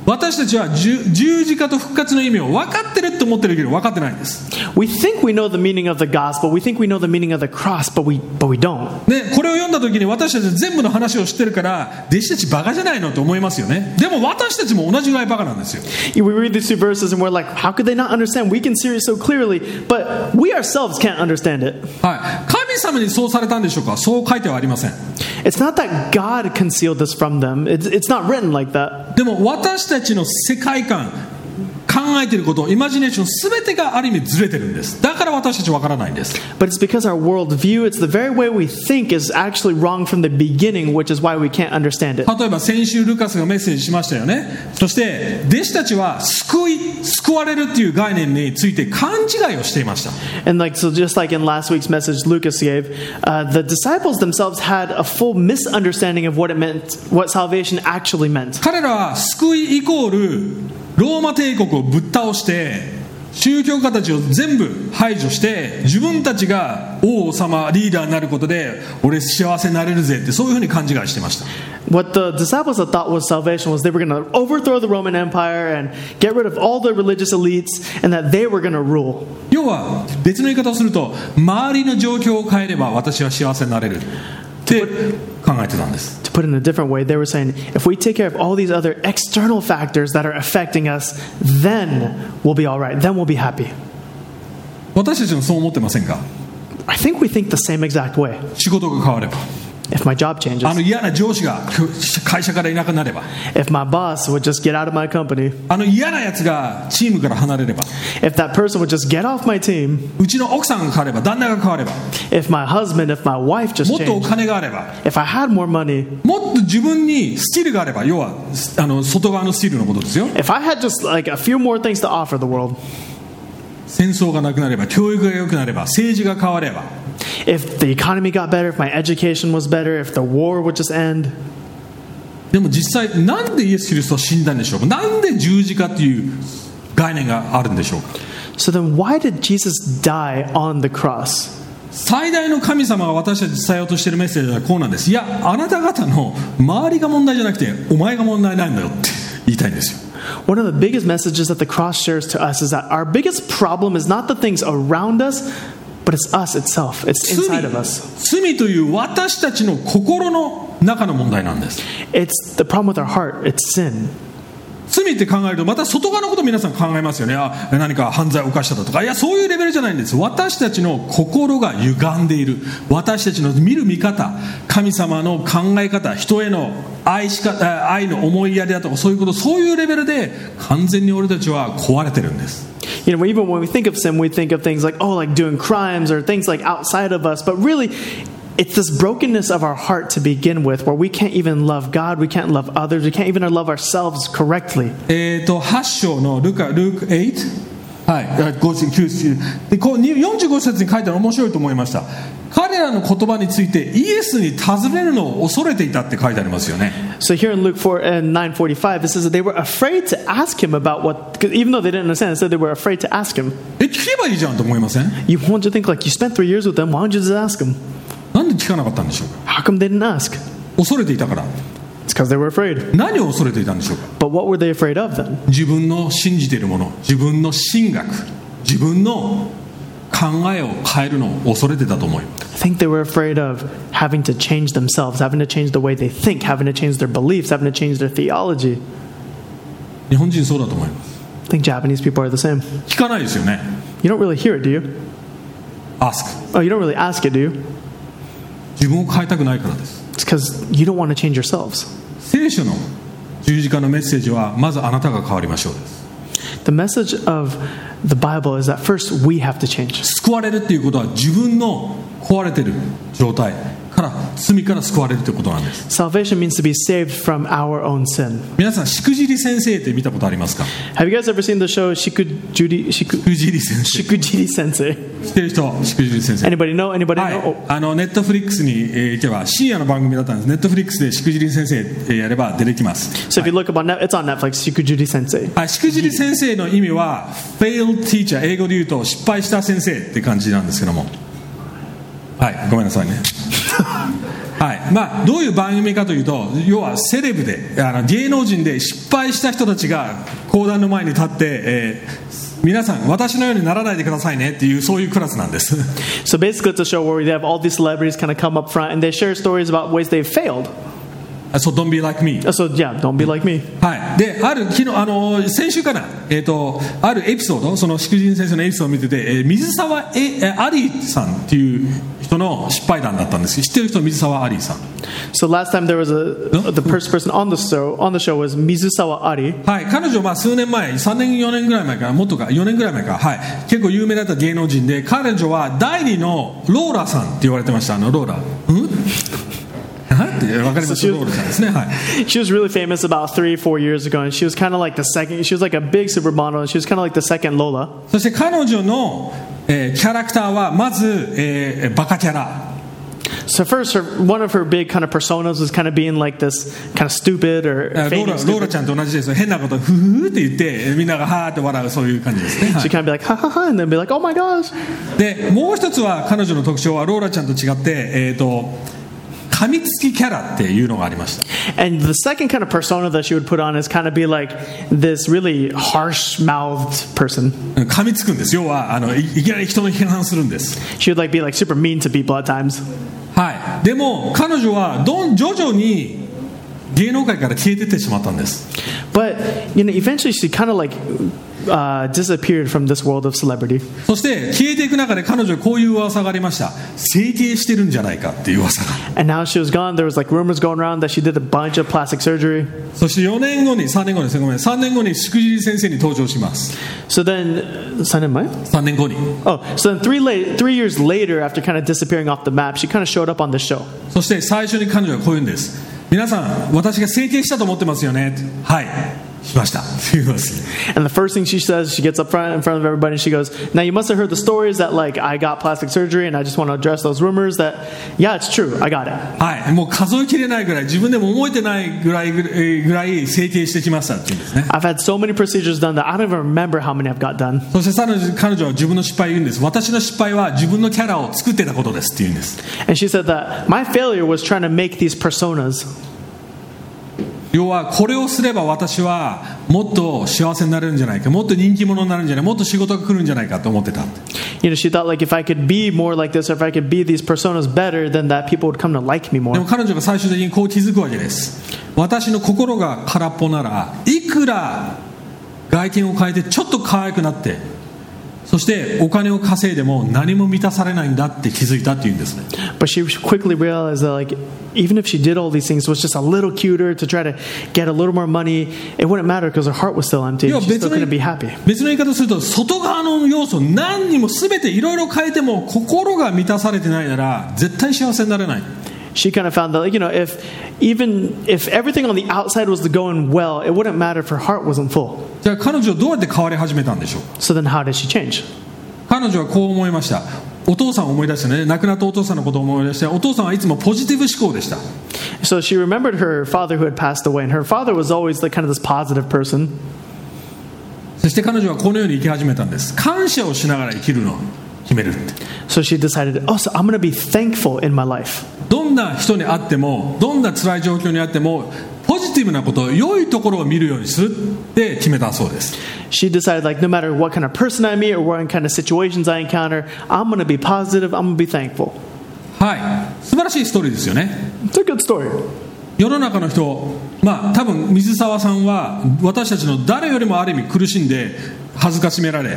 Speaker 1: 私たちは十十字架と復活の意味を分かってるって思ってるけど分かってないんです
Speaker 2: We think we know the meaning of the gospel, we think we know the meaning of the cross, but we, but we don't.
Speaker 1: でこれを読んだ時に私たち全部の話を知ってるから弟子たちバカじゃないのと思いますよねでも私たちも同じぐらいバカなんですよ
Speaker 2: We read these two verses and we're like, how could they not understand? We can see it so clearly, but we ourselves can't understand it.
Speaker 1: はい神様にそうされたんでしょうかそう書いてはありません
Speaker 2: It's not that God concealed this from them, it's, it's not written like that.
Speaker 1: でも私たちの世界観考えてることイマジネーション全てがある意味ずれてるんですだから私たちわからないんです
Speaker 2: But it's because our worldview, it's the very way we think, is actually wrong from the beginning, which is why we can't understand it.
Speaker 1: 例えば先週ルカスがメッセージしましたよねそして弟子たちは救い救われるっていう概念について勘違いをしていました
Speaker 2: And like so, just like in last week's message, Lucas gave, uh, the disciples themselves had a full misunderstanding of what it meant, what salvation actually meant.
Speaker 1: 彼らは救いイコールローマ帝国をぶっ倒して宗教家たちを全部排除して自分たちが王様リーダーになることで俺幸せになれるぜってそういうふうに勘違いしてました
Speaker 2: What the disciples had thought was salvation was they were going to overthrow the Roman Empire and get rid of all the religious elites, and that they were going to rule.
Speaker 1: 要は別の言い方をすると周りの状況を変えれば私は幸せになれるって考えてたんです
Speaker 2: To put it in a different way, they were saying, if we take care of all these other external factors that are affecting us, then we'll be all right. Then we'll be happy.
Speaker 1: 私たちもそう思ってませんか
Speaker 2: I think we think the same exact way.
Speaker 1: 仕事が変われば
Speaker 2: If my job
Speaker 1: あ
Speaker 2: changes,
Speaker 1: の嫌な上司がく会社からいなくなれば
Speaker 2: if my boss would just get out of my company,
Speaker 1: あの嫌なやつがチームから離れれば
Speaker 2: if that person would just get off my team,
Speaker 1: うちの奥さんが変われば旦那が変われば
Speaker 2: if my husband, if my wife just
Speaker 1: もっとお
Speaker 2: changed,
Speaker 1: 金があれば
Speaker 2: if I had more money,
Speaker 1: もっと自分にスキルがあれば要はあの外側のスキルのことですよ
Speaker 2: if I had just like a few more things to offer the world,
Speaker 1: 戦争がなくなれば教育が良くなれば政治が変われば
Speaker 2: if the economy got better, if my education was better, if the war would just end.
Speaker 1: でも実際なんでイエス・キリストは死んだんでしょうかなんで十字架っていう概念があるんでしょうか
Speaker 2: So then, why did Jesus die on the cross?
Speaker 1: 最大の神様が私たちに伝えようとしているメッセージはこうなんですいやあなた方の周りが問題じゃなくてお前が問題なんだよって言いたいんですよ
Speaker 2: One of the biggest messages that the cross shares to us is that our biggest problem is not the things around us, but it's us itself. It's
Speaker 1: 罪
Speaker 2: inside of us.
Speaker 1: 罪という私たちの心の中の問題なんです
Speaker 2: It's the problem with our heart. It's sin.
Speaker 1: 罪って考えるとまた外側のこと皆さん考えますよねあ何か犯罪を犯しただとかいやそういうレベルじゃないんです私たちの心が歪んでいる私たちの見る見方神様の考え方人への愛しかあ愛の思いやりだとかそういうことそういうレベルで完全に俺たちは壊れてるんです
Speaker 2: You know, even when we think of sin, we think of things like, oh, like doing crimes or things like outside of us. But really, it's this brokenness of our heart to begin with where we can't even love God, we can't love others, we can't even love ourselves correctly.
Speaker 1: えー、と8章のルカ、ルーク8、はい、あ5 9でこうに45節に書いてあるの面白いと思いました彼らの言葉についてイエスに尋ねるのを恐れていたって書いてありますよね
Speaker 2: So here in Luke 4 and 945, it says that they were afraid to ask him about what, 'cause even though they didn't understand, it said they were afraid to ask him.
Speaker 1: え聞けばいいじゃんと思いません
Speaker 2: You want to think like you spent three years with them, why don't you just ask them?
Speaker 1: なんで聞かなかったんでしょうか
Speaker 2: How come they didn't ask?
Speaker 1: 恐れていたから
Speaker 2: It's because they were afraid.
Speaker 1: 何を恐れていたんでしょうか
Speaker 2: But what were they afraid of then?
Speaker 1: 自分の信じているもの自分の神学自分の考えを変えるのを恐れてたと思います
Speaker 2: I think they were afraid of having to change themselves, having to change the way they think, having to change their beliefs, having to change their theology.
Speaker 1: 日本人そうだと思います
Speaker 2: I think Japanese people are the same.
Speaker 1: 聞かないですよね
Speaker 2: You don't really hear it, do you?
Speaker 1: Ask
Speaker 2: Oh, you don't really ask it, do you?
Speaker 1: 自分を変えたくないからです
Speaker 2: It's because you don't want to change yourselves.
Speaker 1: 聖書の十字架のメッセージはまずあなたが変わりましょうです
Speaker 2: The message of the Bible is that first we have to change.
Speaker 1: 救われるっていうことは自分の壊れてる状態から罪から救われるということなんです
Speaker 2: Salvation means to be saved from our own sin.
Speaker 1: 皆さんしくじり先生って見たことありますか
Speaker 2: Have you guys ever seen the show Shikujuri Shiku,
Speaker 1: しくじり先生
Speaker 2: Shikujiri Sensei?
Speaker 1: 知ってる人しくじり先生
Speaker 2: Anybody know? Anybody
Speaker 1: はい
Speaker 2: know?、Oh,
Speaker 1: あのネットフリックスにえー行けば深夜の番組だったんですネットフリックスでしくじり先生えーやれば出てきます
Speaker 2: Oh, so if you look up on net, it's on Netflix. Shikujiri Sensei.
Speaker 1: はいしくじり先生の意味は failed teacher 英語で言うと失敗した先生って感じなんですけどもはいごめんなさいね [LAUGHS] はいまあ、どういう番組かというと要はセレブであの芸能人で失敗した人たちが講談の前に立って、えー皆さん私のようにならないでくださいねっていうそういうクラスなんです [LAUGHS]
Speaker 2: So basically, it's a show where we have all these celebrities kind of come up front and they share stories about ways they've failed. Uh,
Speaker 1: あそう Don't be like me
Speaker 2: So yeah, don't be like me.
Speaker 1: はい、である昨日あの先週かな、えー、とあるエピソードその祝神先生のエピソードを見てて、えー水沢ええアリーさんっていう人の失敗談だったんです知ってる人水沢アリーさん
Speaker 2: So last time there was a
Speaker 1: No?
Speaker 2: the first person on the show on the show was Mizusawa Ari.
Speaker 1: はい、彼女、まあ、数年前、3年、4年ぐらい前かな、もっとか、4年ぐらい前か、はい、結構有名だった芸能人で、彼女は第二のローラさんって言われてました、あのローラ。うん [LAUGHS] なんてわかります
Speaker 2: そう
Speaker 1: ローラさんですね、はい、
Speaker 2: She was really famous about three four years ago, and she was kind of like the second. She was like a big supermodel, and she was kind of like the second Lola.
Speaker 1: そして彼女の、えーキャラクターは、まず、えーバカキャラ、
Speaker 2: So first, her, one of her big kind of personas was kind of being like this kind of stupid or
Speaker 1: えーロー
Speaker 2: feigning
Speaker 1: ラローラ
Speaker 2: stupid.
Speaker 1: ちゃんと同じですよ、変なこと、ふふふって言って、みんながはーって笑う、そういう感じですね。はい
Speaker 2: She kind of be like ha ha ha, and then be like oh my gosh.
Speaker 1: でもう一つは彼女の特徴はローラちゃんと違って、えー、と噛みつきキャラっていうのがありました
Speaker 2: And the second kind of persona that she would put on is kind of be like this really harsh mouthed person.
Speaker 1: うん噛みつくんです要はあのいいきなり人の批判するんです
Speaker 2: She would like be like super mean to people at times.
Speaker 1: はいでも彼女はどん徐々に芸能界から消えてってしまったんです
Speaker 2: But you know, eventually she kind of like uh, disappeared from this world of celebrity.
Speaker 1: そして消えていく中で彼女はこういう噂がありました整形してるんじゃないかっていう噂が
Speaker 2: And now she was gone. There was like rumors going around that she did a bunch of plastic surgery.
Speaker 1: そして4年後に3年後ですねごめん3年後にしくじり先生に登場します
Speaker 2: So then, son in my
Speaker 1: 3年後に
Speaker 2: oh, so then three la- three years later, after kind of disappearing off the map, she kind of showed up on the show.
Speaker 1: そして最初に彼女はこう言うんです皆さん私が整形したと思ってますよねはいしましたって言います
Speaker 2: And the first thing she says, she gets up front in front of everybody, and she goes, "Now you must have heard the stories that like I got plastic surgery, and I just want to address those rumors that yeah, it's true, I got it."
Speaker 1: はいもう数えきれないぐらい自分でも覚えてないぐらいぐらいぐらい整形してきましたって言うんですね
Speaker 2: I've had so many procedures done that I don't even remember how many I've got done.
Speaker 1: そして彼女彼女は自分の失敗を言うんです私の失敗は自分のキャラを作ってたことですって言うんです
Speaker 2: And she said that my failure was trying to make these personas.
Speaker 1: 要はこれをすれば私はもっと幸せになれるんじゃないかもっと人気者になるんじゃないもっと仕事が来るんじゃないかと思ってた
Speaker 2: You know, she thought like if I could be more like this, or if I could be these personas better, then that people would come to like
Speaker 1: で
Speaker 2: me more.
Speaker 1: も彼女が最終的にこう気づくわけです私の心が空っぽならいくら外見を変えてちょっと可愛くなってそしてお金を稼いでも何も満たされないんだって気づいたっていうんですね
Speaker 2: But she quickly realized that like even if she did all these things, it was just a little cuter to try to get a little more money. It wouldn't matter because her heart was still empty. and
Speaker 1: 要は別
Speaker 2: She's still
Speaker 1: の
Speaker 2: going to be happy.
Speaker 1: 別の言い方すると外側の要素何にも全ていろいろ変えても心が満たされてないなら絶対幸せになれない
Speaker 2: She kind of found that like, you know if even if everything on the outside was going well, it wouldn't matter if her heart wasn't full.
Speaker 1: じゃあ彼女はどうやって変わり始めたんでしょう
Speaker 2: So then, how did she change?
Speaker 1: 彼女はこう思いましたお父さんを思い出してね亡くなったお父さんのことを思い出してお父さんはいつもポジティブ思考でした
Speaker 2: So she remembered her father who had passed away, and her father was always like kind of this positive person.
Speaker 1: そして彼女はこのように生き始めたんです感謝をしながら生きるのを決めるって
Speaker 2: So she decided, oh, so I'm going to be thankful in my life.
Speaker 1: どんな人に会ってもどんな辛い状況にあってもポジティブなこと良いところを見るようにするって決めたそうです
Speaker 2: She decided, like, no matter what kind of person I meet or what kind of situations I encounter, I'm going to be positive, I'm going to be thankful.
Speaker 1: はい素晴らしいストーリーですよね
Speaker 2: It's a good story.
Speaker 1: 世の中の人まあ多分水沢さんは私たちの誰よりもある意味苦しんで恥ずかしめられ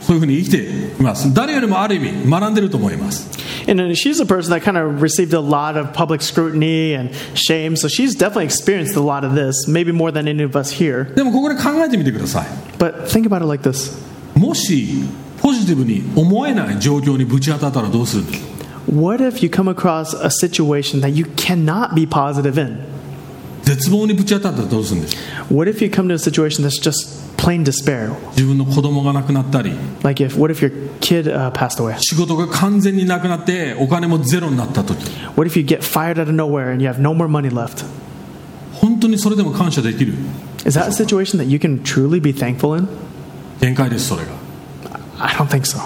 Speaker 1: そういうふうに生きています誰よりもある意味学んでると思います
Speaker 2: And uh, she's a person that kind of received a lot of public scrutiny and shame, so she's definitely experienced a lot of this, maybe more than any of us here.
Speaker 1: でもここで考えてみてください
Speaker 2: But think about it like this
Speaker 1: もしポジティブに思えない状況にぶち当たったらどうするんですか
Speaker 2: What if you come across a situation that you cannot be positive in?
Speaker 1: 絶望にぶち当たったらどうするんですか
Speaker 2: What if you come to a situation that's just plain despair?
Speaker 1: 自分の子供が亡くなったり
Speaker 2: Like, if what if your kid uh, passed away?
Speaker 1: 仕事が完全になくなってお金もゼロになった時
Speaker 2: What if you get fired out of nowhere and you have no more money left?
Speaker 1: 本当にそれでも感謝できる
Speaker 2: Is that a situation that you can truly be thankful in?
Speaker 1: 限界ですそれが
Speaker 2: I don't think so.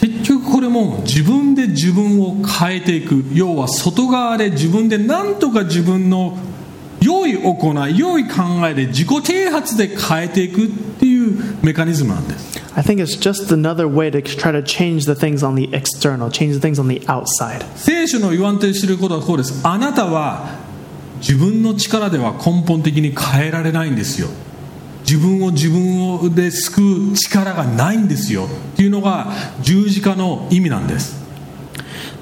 Speaker 1: 結局これも自分で自分を変えていく要は外側で自分で何とか自分の良い行い良い考えで自己啓発で変えていくっていうメカニズムなんです
Speaker 2: I think it's just another way to try to change the things on the external, change the things on the outside.
Speaker 1: 聖書の言わんとしていることはこうですあなたは自分の力では根本的に変えられないんですよ自分を自分をで救う力がないんですよっていうのが十字架の意味なんです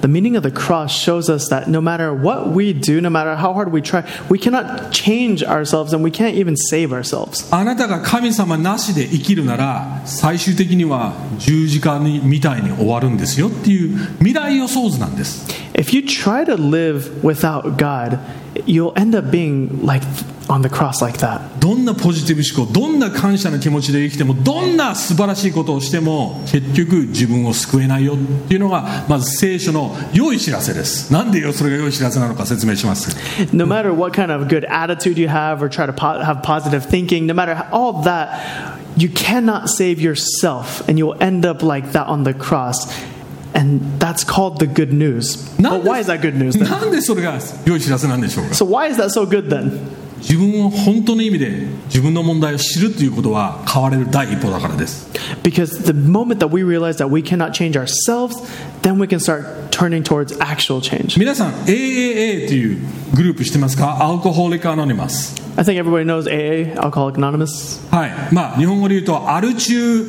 Speaker 2: The meaning of the cross shows us that no matter what we do, no matter how hard we try, we cannot change ourselves and we can't even save ourselves.
Speaker 1: あなたが神様なしで生きるなら最終的には十字架にみたいに終わるんですよっていう未来予想図なんです
Speaker 2: If you try to live without God, you'll end up being like on the cross like that.
Speaker 1: どんなポジティブ思考どんな感謝の気持ちで生きてもどんな素晴らしいことをしても結局自分を救えないよっていうのがまず聖書の良い知らせですなんでよそれが良い知らせなのか説明します
Speaker 2: No matter what kind of good attitude you have or try to po- have positive thinking, no matter how, all that, you cannot save yourself and you'll end up like that on the cross. And that's called the good news. But why is that good
Speaker 1: [LAUGHS]
Speaker 2: news then?
Speaker 1: なんでそれが良い知らせなんでしょうか
Speaker 2: So, why is that so good then?
Speaker 1: 自分を本当の意味で自分の問題を知るということは変われる第一歩だからです
Speaker 2: Because the moment that we realize that we cannot change ourselves, then we can start turning towards actual change.
Speaker 1: 皆さん AAA というグループしてますかアルコホリック・アノニマス
Speaker 2: I think everybody knows AA, Alcoholic Anonymous.
Speaker 1: はいまあ日本語で言うとアル中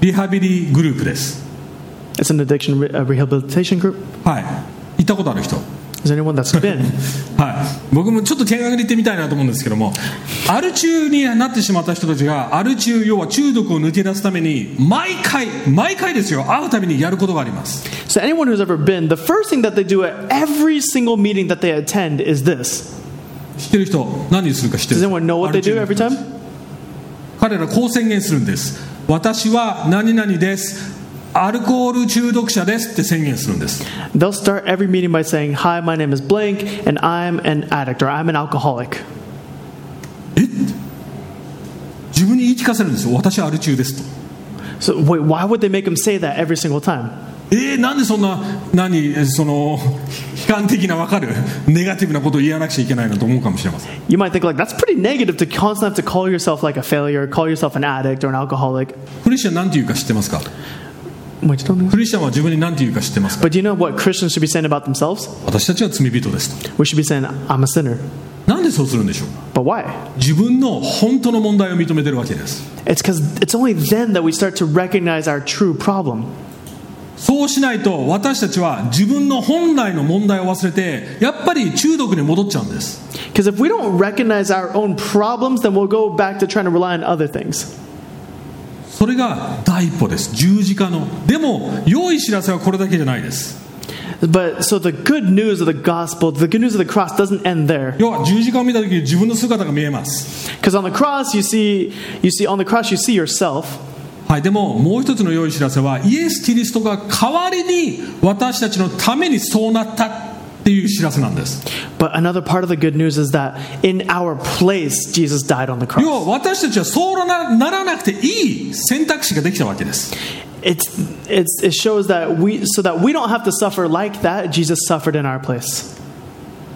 Speaker 1: リハビリグループです
Speaker 2: It's an addiction re- uh, rehabilitation group.
Speaker 1: はい行ったことある人
Speaker 2: Is there anyone that's been?
Speaker 1: はい、僕もちょっと見学に行ってみたいなと思うんですけどもアル中になってしまった人たちがアル中要は中毒を抜け出すために毎回毎回ですよ会うたびにやることがあります
Speaker 2: so, anyone who's ever been, the first thing that they do at every single meeting that they attend is this.
Speaker 1: 知ってる人何するか知ってる
Speaker 2: Does anyone know what they do every time?
Speaker 1: 彼らこう宣言するんです私は何々ですアルコール中毒者ですって宣言するんです
Speaker 2: They'll start every meeting by saying, Hi, my name is blank, and I'm an addict or I'm an alcoholic.
Speaker 1: え自分に言い聞かせるんですよ私はアル中ですと
Speaker 2: So, wait, why would they make them say that every single time?
Speaker 1: えー、なんでそんな何その悲観的な分かるネガティブなことを言わなくちゃいけないなと思うかもしれません
Speaker 2: You might think, like, that's pretty negative to constantly have to call yourself like a failure, call yourself an addict or an alcoholic.
Speaker 1: クリスチャンなんて言うか知ってますか
Speaker 2: Wait, you don't know?
Speaker 1: クリスチャンは自分に何て言うか知ってますか
Speaker 2: But do you know what Christians should be saying about themselves?
Speaker 1: 私たちは罪人ですと
Speaker 2: We should be saying, I'm a sinner.
Speaker 1: なんでそうするんでしょうか
Speaker 2: But why?
Speaker 1: 自分の本当の問題を認めてるわけです
Speaker 2: It's because it's only then that we start to recognize our true problem.
Speaker 1: そうしないと私たちは自分の本来の問題を忘れてやっぱり中毒に戻っちゃうんです
Speaker 2: Because if we don't recognize our own problems, then we'll go back to trying to rely on other things.
Speaker 1: それが第一歩です十字架のでも良い知らせはこれだけじゃないです
Speaker 2: But so the good news of the gospel, the good news of the cross doesn't end there.
Speaker 1: 要は十字架を見た時に自分の姿が見えます
Speaker 2: Because on the cross, you see, you see, on the cross, you see yourself.
Speaker 1: はいでももう一つの良い知らせはイエス・キリストが代わりに私たちのためにそうなったっていう知らせなんです
Speaker 2: But another part of the good news is that in our place, Jesus died on the
Speaker 1: 要
Speaker 2: cross.
Speaker 1: は私たちはそうなならなくていい選択肢ができたわけです
Speaker 2: It's, it's, it shows that we, so that we don't have to suffer like that, Jesus suffered in our place.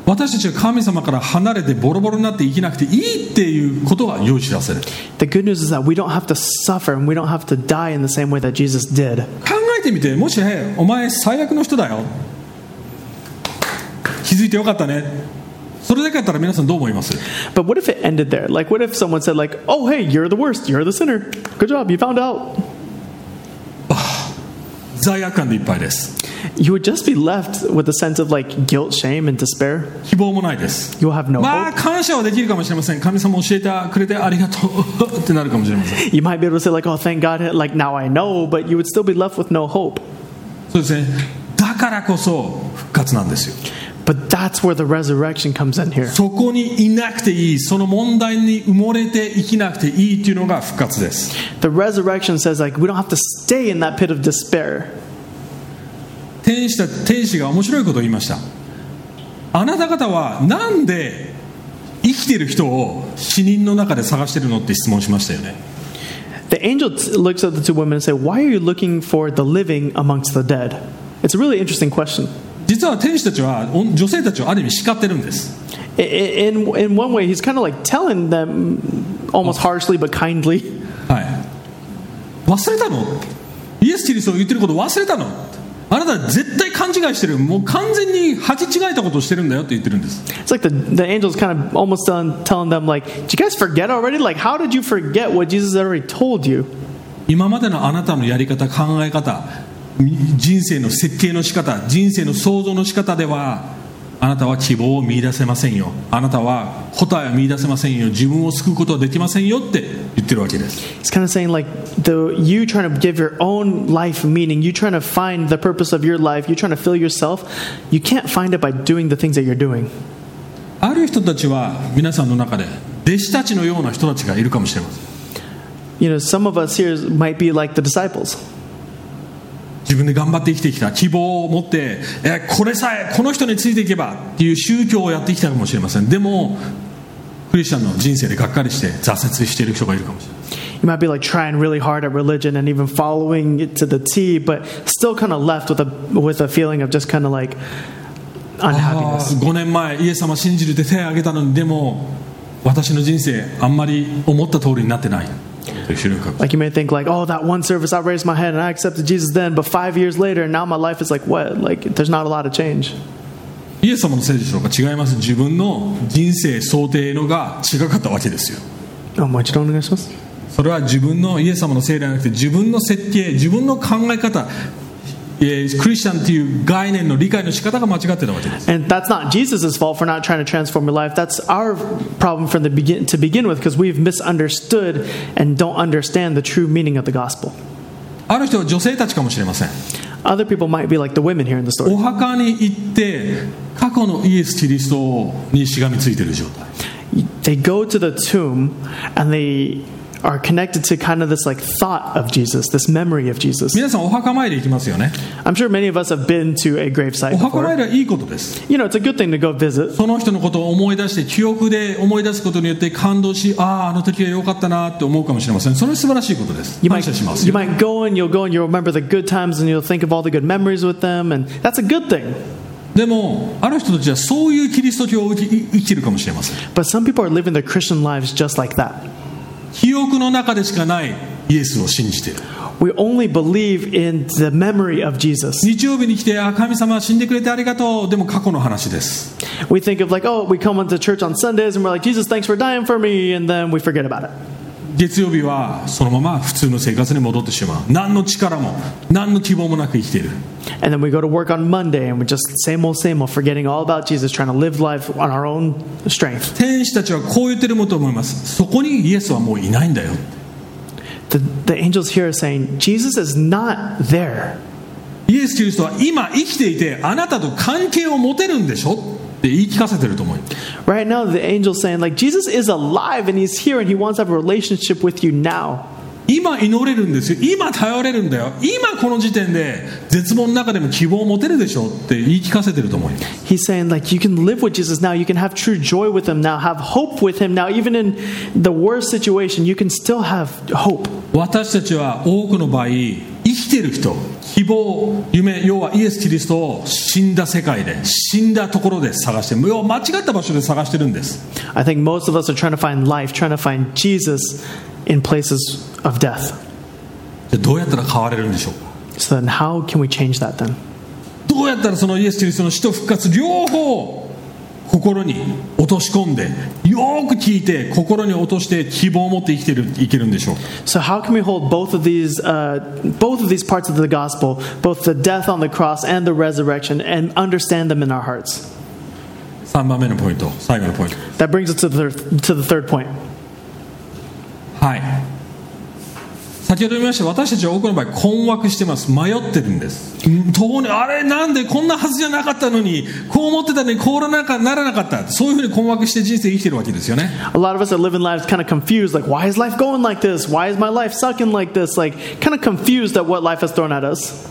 Speaker 1: 私たちは神様から離れてボロボロになって生きなくていいっていうことが良い知らせです
Speaker 2: The good news is that we don't have to suffer and we don't have to die in the same way that Jesus did.
Speaker 1: 考えてみてもし、へいお前最悪の人だよ気づいてよかったねそれだけだったら皆さんどう思います
Speaker 2: But what if it ended there? Like, what if someone said, like, "Oh, hey, you're the worst. You're the sinner. Good job. You found out."
Speaker 1: 罪悪感でいっぱいです
Speaker 2: You would just be left with a sense of like guilt, shame, and despair.
Speaker 1: 希望もないです、
Speaker 2: You'll have no
Speaker 1: まあ
Speaker 2: hope.
Speaker 1: 感謝はできるかもしれません神様教えてくれてありがとう [LAUGHS] ってなるかもしれません
Speaker 2: You might be able to say, like, "Oh, thank God. Like now I know," but you would still be left with no hope.
Speaker 1: そうですねだからこそ復活なんですよ
Speaker 2: But that's where the resurrection comes in here.
Speaker 1: そこにいなくていいその問題に埋もれて生きなくていいっていうのが復活です
Speaker 2: The resurrection says, like, we don't have to stay in that pit of despair.
Speaker 1: 天使た天使が面白いことを言いましたあなた方はなんで生きてる人を死人の中で探してるのって質問しましたよね
Speaker 2: The angel t- looks at the two women and says, Why are you looking for the living amongst the dead? It's a really interesting question.
Speaker 1: 実は天使たちはお女性たちをある意味叱ってるんです
Speaker 2: I- i- In, in one way, he's kind of like telling them almost harshly but kindly. [LAUGHS]
Speaker 1: はい忘れたのイエス・キリストが言ってること忘れたのあなたは絶対勘違いしてるもう完全に履き違えたことをしてるんだよって言ってるんです
Speaker 2: It's like the, the angel's kind of almost telling, telling them, like, Did you guys forget already? Like, how did you forget what Jesus already told you?
Speaker 1: 今までのあなたのやり方考え方人生の設計の仕方人生の想像の仕方ではあなたは希望を見出せませんよあなたは答えを見出せませんよ自分を救うことはできませんよって言ってるわけです
Speaker 2: It's kind of saying like the you trying to give your own life meaning, you trying to find the purpose of your life, you trying to fill yourself. You can't find it by doing the things that you're doing.
Speaker 1: ある人たちは皆さんの中で弟子たちのような人たちがいるかもしれません
Speaker 2: You know, some of us here might be like the disciples.
Speaker 1: 自分で頑張って生きてきた希望を持ってえこれさえこの人についていけばっていう宗教をやってきたかもしれませんでもクリスチャンの人生でがっかりして挫折している人がいるかもしれない
Speaker 2: You might be like trying really hard at religion and even following it to the T, but still kind of left with a with a feeling of just kind of like unhappiness.
Speaker 1: 5年前イエス様信じるって手を挙げたのにでも私の人生あんまり思った通りになってないという人がいるかも
Speaker 2: Like you may think like, oh, that one service I raised my hand and I accepted Jesus then, but five years later and now my life is like what? Like there's not a lot of change.
Speaker 1: イエス様のせいでしょうか違います自分の人生想定のが違かったわけですよ
Speaker 2: Oh, much don't us?
Speaker 1: それは自分のイエス様のせいではなくて自分の設計自分の考え方えークリスチャンという概念の理解の仕方が間違ってたわけです
Speaker 2: And that's not Jesus' fault for not trying to transform your life. That's our problem from the begin to begin with because we've misunderstood and don't understand the true meaning of the gospel.
Speaker 1: ある人は女性たちかもしれません
Speaker 2: Other people might be like the women here in the
Speaker 1: お
Speaker 2: story.
Speaker 1: 墓に行って過去のイエス・キリストにしがみついている状態
Speaker 2: They go to the tomb and they are connected to kind of this like thought of Jesus, this memory of Jesus.
Speaker 1: 皆さんお墓参り行きますよね
Speaker 2: I'm sure many of us have been to a gravesite
Speaker 1: お墓参
Speaker 2: before.
Speaker 1: りはいいことです。
Speaker 2: You know, it's a good thing to go visit.
Speaker 1: その人のことを思い出して、記憶で思い出すことによって感動し、ああ、あの時は良かったなって思うかもしれません。それは素晴らしいことです。
Speaker 2: You
Speaker 1: 感
Speaker 2: might,
Speaker 1: 謝します
Speaker 2: you
Speaker 1: よ。
Speaker 2: might go and you'll go and you'll remember the good times and you'll think of all the good memories with them, and that's a good thing.
Speaker 1: でも、ある人たちはそういうキリスト教を生き生きてるかもしれません。
Speaker 2: But some people are living their Christian lives just like that.
Speaker 1: 記憶の中でしかないイエスを信じている。
Speaker 2: We only believe in the memory of Jesus.
Speaker 1: 日曜日に来て、あー神様死んでくれてありがとう。でも過去の話です。
Speaker 2: We think of like, oh, we come into church on Sundays and we're like, Jesus, thanks for dying for me, and then we forget about it.
Speaker 1: 月曜日はそのまま普通の生活に戻ってしまう。何の力も、何の希望もなく生きている。
Speaker 2: And then we go to work on Monday and we're just same old, same old, forgetting all about Jesus, trying to live life on our own strength.
Speaker 1: 天使たちはこう言ってるものと思います。そこにイエスはもういないんだよ。
Speaker 2: The, the angels here are saying, Jesus is not there.
Speaker 1: イエス・キリストは今生きていてあなたと関係を持てるんでしょって言い聞かせてると思う
Speaker 2: Right now, the angel's saying, like, Jesus is alive and he's here and he wants to have a relationship with you now.
Speaker 1: 今祈れるんですよ今頼れるんだよ今この時点で絶望の中でも希望を持てるでしょって言い聞かせてると思う
Speaker 2: He's saying, like, you can live with Jesus now. You can have true joy with him now, have hope with him now. Even in the worst situation, you can still have hope.
Speaker 1: 私たちは多くの場合生きてる人希望夢要はイエス・キリストを死んだ世界で死んだところで探して要は間違った場所で探してるんです
Speaker 2: I think most of us are trying to find life, trying to find Jesus in places of death.
Speaker 1: じゃあどうやったら変われるんでしょうか
Speaker 2: So then, how can we change that then?
Speaker 1: どうやったらそのイエス・キリストの死と復活両方心に落とし込んでよーく聞いて心に落として希望を持って生きてるいけるんでしょうか
Speaker 2: So how can we hold both of these, uh, both of these parts of the gospel, both the death on the cross and the resurrection, and understand them in our hearts?
Speaker 1: 3番目のポイント最後のポイント
Speaker 2: That brings us to the third, to the third point.
Speaker 1: はい先ほど言いました私たちは多くの場合困惑してます迷ってるんです当にあれなんでこんなはずじゃなかったのにこう思ってたのにこうならなかならなかったそういうふうに困惑して人生生きてるわけですよね
Speaker 2: A lot of us are living lives kind of confused, like, why is life going like this? Why is my life sucking like this? Like, kind of confused at what life has thrown at us.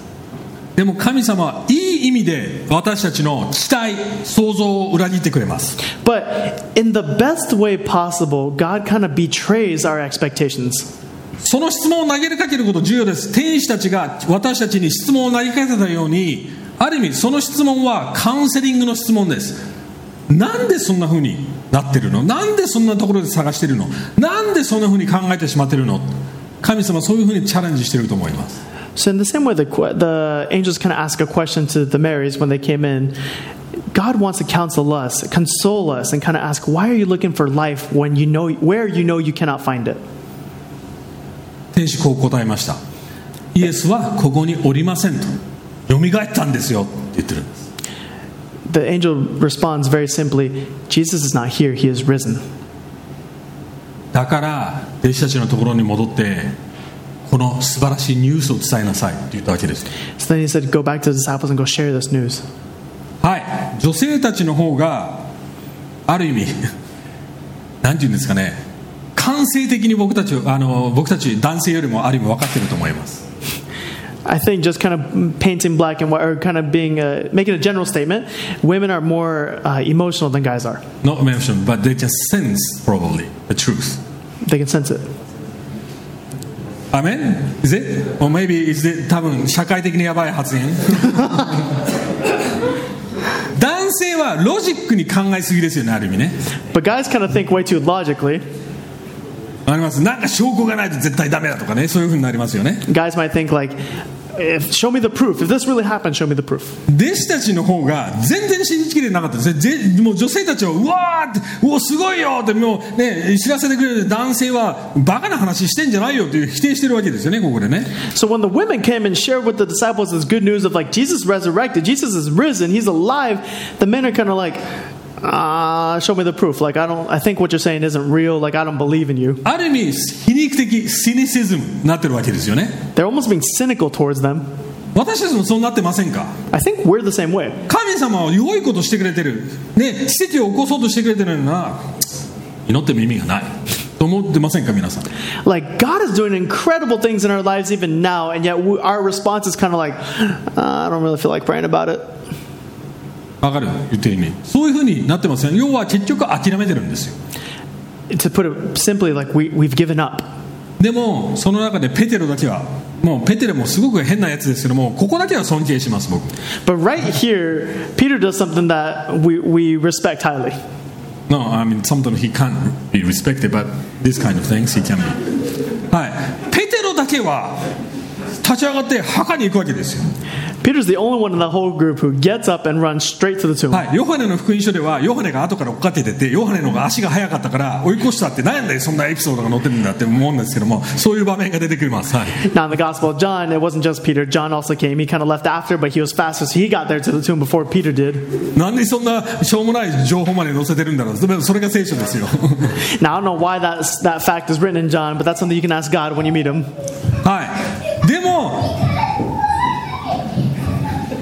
Speaker 1: でも神様はいい意味で私たちの期待想像を裏切ってくれます
Speaker 2: But in the best way possible, God kind of betrays our expectations.
Speaker 1: その質問を投げかけること重要です天使たちが私たちに質問を投げかけたようにある意味その質問はカウンセリングの質問ですなんでそんな風になってるのなんでそんなところで探してるのなんでそんな風に考えてしまってるの神様はそういう風にチャレンジしてると思います
Speaker 2: So in the same way, the que- the angels kind of ask a question to the Marys when they came in. God wants to counsel us, console us, and kind of ask, "Why are you looking for life when you know where you know you cannot find it?"
Speaker 1: 天使こう答えましたイエスはここにおりませんと蘇ったんですよって言ってるんです
Speaker 2: The angel responds very simply, "Jesus is not here; he is risen."
Speaker 1: だから弟子たちのところに戻ってこの素晴らしいニュースを伝えなさいって言ったわけです
Speaker 2: So then he said, "Go back to the disciples and go share this news."
Speaker 1: はい女性たちの方がある意味 [LAUGHS] なんて言うんですかね感性的に僕たちをあの僕たち男性よりもある意味分かってると思います
Speaker 2: I think just kind of painting black and white, or kind of being uh making a general statement, women are more uh, emotional than guys are.
Speaker 1: Not mentioned, but they just sense probably the truth
Speaker 2: They can sense it.
Speaker 1: Amen? Is it? Or maybe is it 多分社会的にやばい発言 [LAUGHS] 男性はロジックに考えすぎですよねある意味ね
Speaker 2: But guys kind of think way too logically.
Speaker 1: わかりますなんか証拠がないと絶対ダメだとかねそういうふうになりますよね
Speaker 2: Guys might think like, if, "Show me the proof. If this really happened, show me the proof."
Speaker 1: 弟子たちの方が全然信じきれなかったですねぜもう女性たちはうわーってうおすごいよってもうね知らせてくれる男性はバカな話してんじゃないよっていう否定してるわけですよねここでね
Speaker 2: So when the women came and shared with the disciples this good news of like Jesus resurrected, Jesus is risen, he's alive, the men are kind of like, "Ah, show me the proof. Like I don't, I think what you're saying isn't real. Like I don't believe in you."
Speaker 1: ある意味皮肉的シニシズムになってるわけですよね
Speaker 2: They're almost being cynical towards them.
Speaker 1: 私たちもそうなってませんか
Speaker 2: I think we're the same way.
Speaker 1: 神様は良いことしてくれてる、ね、奇跡を起こそうとしてくれてるのにな祈っても意味がないと思ってませんか皆さん
Speaker 2: Like God is doing incredible things in our lives even now, and yet we, our response is kind of like, "Uh, I don't really feel like praying about it.
Speaker 1: わかる言ってる意味そういうふうになってますよね要は結局諦めてるんですよ
Speaker 2: To put it simply, like we, we've given up.
Speaker 1: でもその中でペテロだけはもうペテロもすごく変なやつですけどもここだけは尊敬します僕
Speaker 2: But right here, Peter does something that we, we respect highly.
Speaker 1: No, I mean sometimes he can't be respected but this kind of things he can be はいペテロだけは立ち上がって墓に行くわけですよ
Speaker 2: Peter's the only one in the whole group who gets up and runs straight to the tomb.
Speaker 1: はい、ヨハネの福音書ではヨハネが後から追っかけててヨハネの方が足が速かったから追い越したってなんでそんなエピソードが載ってるんだって思うんですけどもそういう場面が出てきます、はい、
Speaker 2: Now, in the Gospel of John, it wasn't just Peter. John also came. He kind of left after, but he was faster, so he got there to the tomb before Peter did.
Speaker 1: なんでそんなしょうもない情報まで載せてるんだろうでもそれが聖書ですよ
Speaker 2: Now, I don't know why that's, that fact is written in John, but that's something you can ask God when you meet him.
Speaker 1: はいでも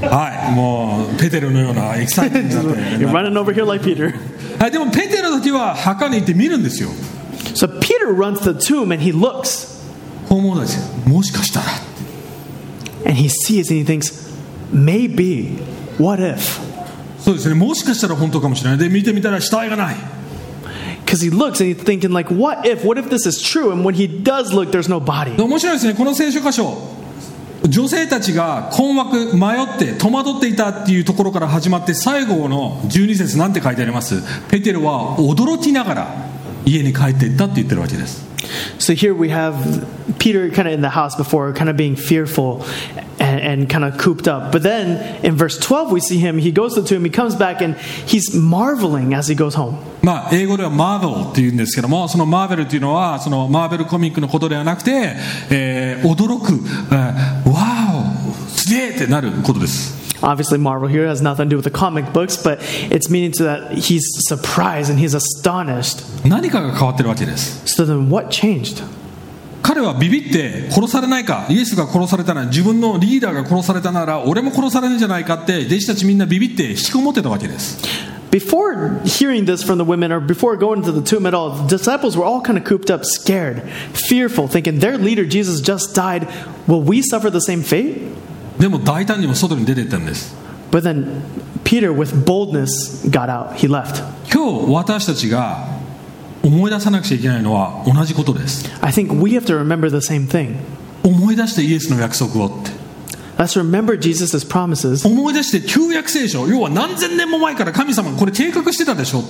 Speaker 1: はいもうペテロのようなエキサイティングな
Speaker 2: [LAUGHS] You're running over here like Peter.
Speaker 1: はい、でもペテロだけは墓に行って見るんですよ
Speaker 2: So Peter runs to the tomb and he looks
Speaker 1: 訪問たちもしかしたら
Speaker 2: and he sees and he thinks, maybe, what if?
Speaker 1: そうですねもしかしたら本当かもしれないで見てみたら死体がない
Speaker 2: Because he looks and he's thinking, like, what if? What if this is true? And when he does look, there's no body.
Speaker 1: 面白いですねこの聖書箇所女性たちが困惑迷って戸惑っていたっていうところから始まって最後の12節なんて書いてありますペテロは驚きながら家に帰っていったって言ってるわけです
Speaker 2: So here we have Peter kind of in the house before, kind of being fearful and, and kind of cooped up. But then in verse 12, we see him. He goes to the tomb, he comes back, and he's marveling as he goes home.
Speaker 1: まあ英語ではマーベルっていうんですけどもそのマーベルっていうのはそのマーベルコミックのことではなくて、えー驚く、えーわおすげえってなることです
Speaker 2: Obviously, Marvel here has nothing to do with the comic books, but it's meaning to that he's surprised and he's astonished.
Speaker 1: 何かが変わってるわけです
Speaker 2: So then what changed?
Speaker 1: 彼はビビって殺されないかイエスが殺されたなら自分のリーダーが殺されたなら俺も殺されるんじゃないかって弟子たちみんなビビって引きこもってたわけです
Speaker 2: Before hearing this from the women or before going to the tomb at all, the disciples were all kind of cooped up, scared, fearful, thinking their leader Jesus just died. Will we suffer the same fate?
Speaker 1: でも大胆にも外に出てったんです
Speaker 2: But then Peter, with boldness, got out. He left.
Speaker 1: 今日私たちが思い出さなくちゃいけないのは同じことです
Speaker 2: I think we have to remember the same thing.
Speaker 1: 思い出してイエスの約束をって
Speaker 2: Let's remember Jesus' promises.
Speaker 1: 思い出して旧約聖書要は何千年も前から神様がこれ計画してたでしょって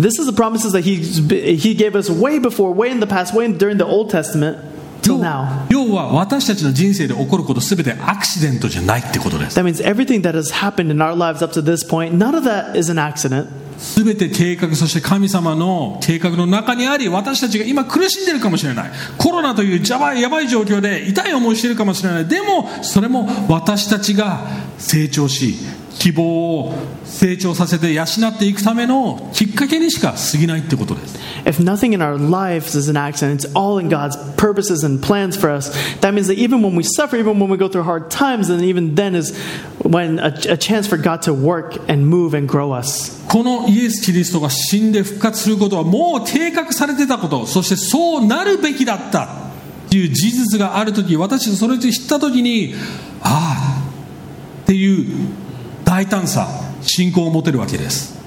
Speaker 2: This is the promises that he's, He gave us way before, way in the past, way during the Old Testament,
Speaker 1: 要
Speaker 2: till now.
Speaker 1: 要は私たちの人生で起こること全てアクシデントじゃないってことです
Speaker 2: That means everything that has happened in our lives up to this point, none of that is an accident.
Speaker 1: 全て計画そして神様の計画の中にあり私たちが今苦しんでるかもしれないコロナというやばいやばい状況で痛い思いしてるかもしれないでもそれも私たちが成長し希望を成長させて養っていくためのきっかけにしか過ぎないってことです
Speaker 2: If nothing in our lives is an accident, it's all in God's purposes and plans for us. That means that even when we suffer, even when we go through hard times, and even then is when a, a chance for God to work and move and grow us.
Speaker 1: このイエス・キリストが死んで復活することはもう計画されてたことそしてそうなるべきだったっていう事実がある時私それを知った時にああっていう大胆さ信仰を持てるわけです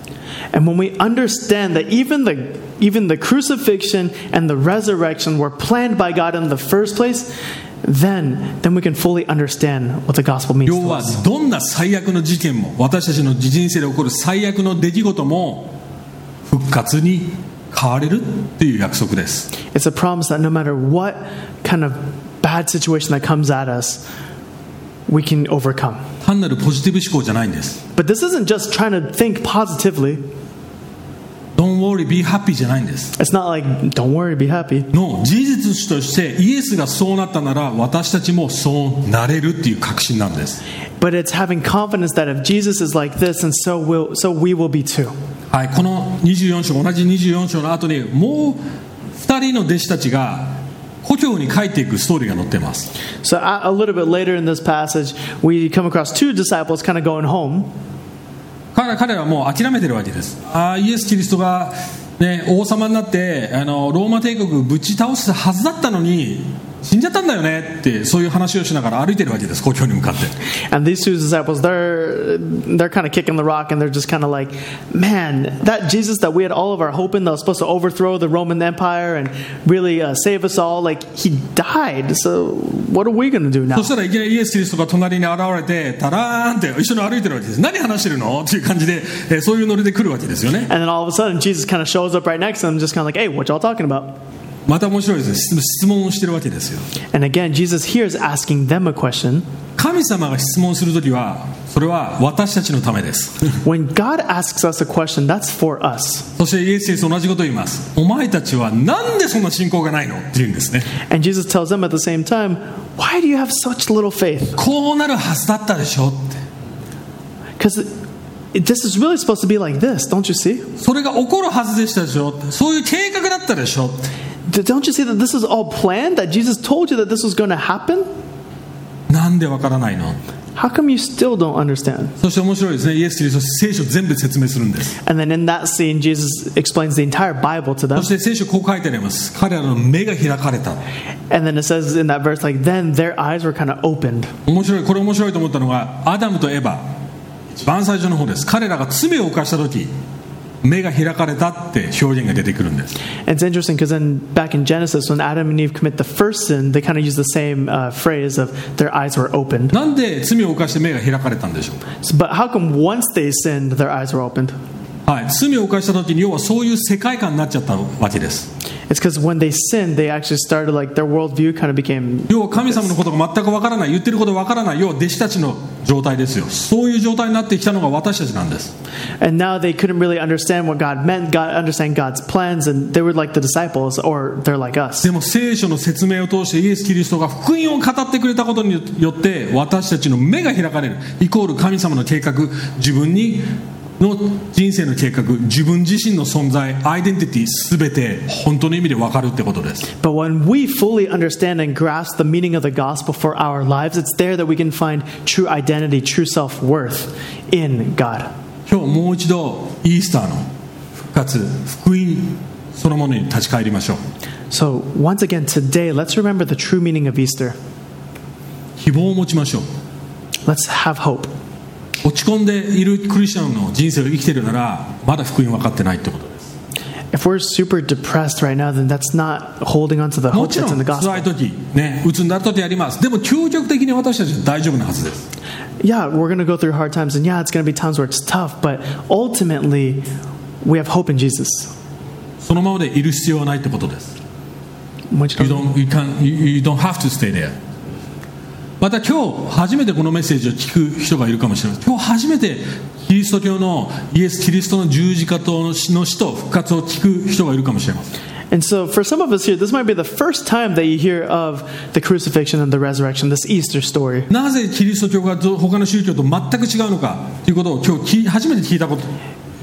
Speaker 2: And when we understand that even the even the crucifixion and the resurrection were planned by God in the first place, then then we can fully understand what the gospel means
Speaker 1: 要
Speaker 2: to
Speaker 1: は
Speaker 2: us.
Speaker 1: どんな最悪の事件も私たちの人生で起こる最悪の出来事も復活に変われるっていう約束です
Speaker 2: It's a promise that no matter what kind of bad situation that comes at us, we can overcome.
Speaker 1: 単なるポジティブ思考じゃないんです
Speaker 2: But this isn't just trying to think positively.
Speaker 1: Don't worry, be happy じゃないんです
Speaker 2: It's not like, don't worry, be happy.
Speaker 1: の事実としてイエスがそうなったなら私たちもそうなれるっていう確信なんです
Speaker 2: But it's having confidence that if Jesus is like this, and so will so we will be too.
Speaker 1: はいこの24章同じ24章の後にもう2人の弟子たちが故郷に帰っていくストーリーが載ってます
Speaker 2: So a, a little bit later in this passage, we come across two disciples kind of going home.
Speaker 1: 彼彼らはもう諦めてるわけですああイエス・キリストが、ね、王様になってあのローマ帝国ぶち倒すはずだったのに死んじゃったんだよねってそういう話をしながら歩いてるわけです故郷に向かって
Speaker 2: And these two disciples, they're they're kind of kicking the rock and they're just kind of like, man, that Jesus that we had all of our hope in that was supposed to overthrow the Roman Empire and really uh, save us all, like he died. So what are we going to do
Speaker 1: そ
Speaker 2: now?
Speaker 1: したらいきなりイエス・キリストが隣に現れて、タラーンって一緒に歩いてるわけです。何話してるのっていう感じで、えーそういうノリで来るわけですよね。
Speaker 2: And then all of a sudden, Jesus kind of shows up right next to him, just kind of like, hey, what y'all talking about?
Speaker 1: また面白いですね。質質問をしてるわけですよ。
Speaker 2: And again, Jesus here is asking them a question.
Speaker 1: 神様が質問するときは、それは私たちのためです。
Speaker 2: When God asks us a question, that's for us.
Speaker 1: そしてイエス・キリスト同じことを言います。お前たちはなんでそんな信仰がないのって言うんですね。
Speaker 2: And Jesus tells them at the same time, why do you have such little faith?
Speaker 1: こうなるはずだったでしょって。
Speaker 2: Because this is really supposed to be like this, don't you see?
Speaker 1: それが起こるはずでしたでしょってそういう計画だったでしょって
Speaker 2: D- Don't you see that this is all planned? That Jesus told you that this was going to happen?
Speaker 1: なんでわからないの
Speaker 2: How come you still don't understand?
Speaker 1: そして面白いですね。イエス・キリスト聖書全部説明するんです。
Speaker 2: And then in that scene, Jesus explains the entire Bible to
Speaker 1: そ
Speaker 2: them.
Speaker 1: して聖書こう書いてあります彼らの目が開かれた
Speaker 2: And then it says in that verse, like, then their eyes were kind of opened.
Speaker 1: 面白いこれ面白いと思ったのがアダムとエバ一番最初の方です彼らが罪を犯した時目が開かれたって表現が出てくるんです
Speaker 2: It's interesting because then back in Genesis, when Adam and Eve commit the first sin, they kind of use the same uh, phrase of their eyes were opened.
Speaker 1: なんで罪を犯して目が開かれたんでしょう
Speaker 2: So- but how come once they sinned, their eyes were opened?
Speaker 1: はい、罪を犯した時に要はそういう世界観になっちゃったわけです
Speaker 2: It's because when they sinned, they actually started like their worldview kind of became.
Speaker 1: 要は神様のことが全くわからない言ってることわからない要は弟子たちの状態ですよそういう状態になってきたのが私たちなんです
Speaker 2: And now they couldn't really understand what God meant, God understand God's plans, and they were like the disciples, or they're like us.
Speaker 1: でも聖書の説明を通してイエス・キリストが福音を語ってくれたことによって私たちの目が開かれるイコール神様の計画自分にの人生の計画自分自身の存在アイデンティティ全て本当の意味で分かるってことです
Speaker 2: But when we fully understand and grasp the meaning of the gospel for our lives, it's there that we can find true identity, true self worth in God.
Speaker 1: 今日もう一度イースターの復活福音そのものに立ち返りましょう
Speaker 2: So, once again, today, let's remember the true meaning of Easter.
Speaker 1: 希望を持ちましょう
Speaker 2: Let's have hope.
Speaker 1: 落ち込んでいるクリスチャンの人生を生きてるならまだ福音分かってないってことです
Speaker 2: If we're super depressed right now, then that's not holding on to the
Speaker 1: も
Speaker 2: hope
Speaker 1: ちろ
Speaker 2: that's
Speaker 1: ん
Speaker 2: in the
Speaker 1: 辛
Speaker 2: gospel.
Speaker 1: い時ね鬱になる時ありますでも究極的に私たちは大丈夫なはずです
Speaker 2: Yeah, we're going to go through hard times, and yeah, it's going to be times where it's tough, but ultimately, we have hope in Jesus.
Speaker 1: そのままでいる必要はないってことです
Speaker 2: Which
Speaker 1: you don't, you can't, you, you don't have to stay there また今日初めてこのメッセージを聞く人がいるかもしれません今日初めてキリスト教のイエス・キリストの十字架との死の死と復活を聞く人がいるかもしれません
Speaker 2: And so, for some of us here, this might be the first time that you hear of the crucifixion and the resurrection, this Easter story.
Speaker 1: なぜキリスト教がぞ他の宗教と全く違うのかということを今日聞い初めて聞いたこと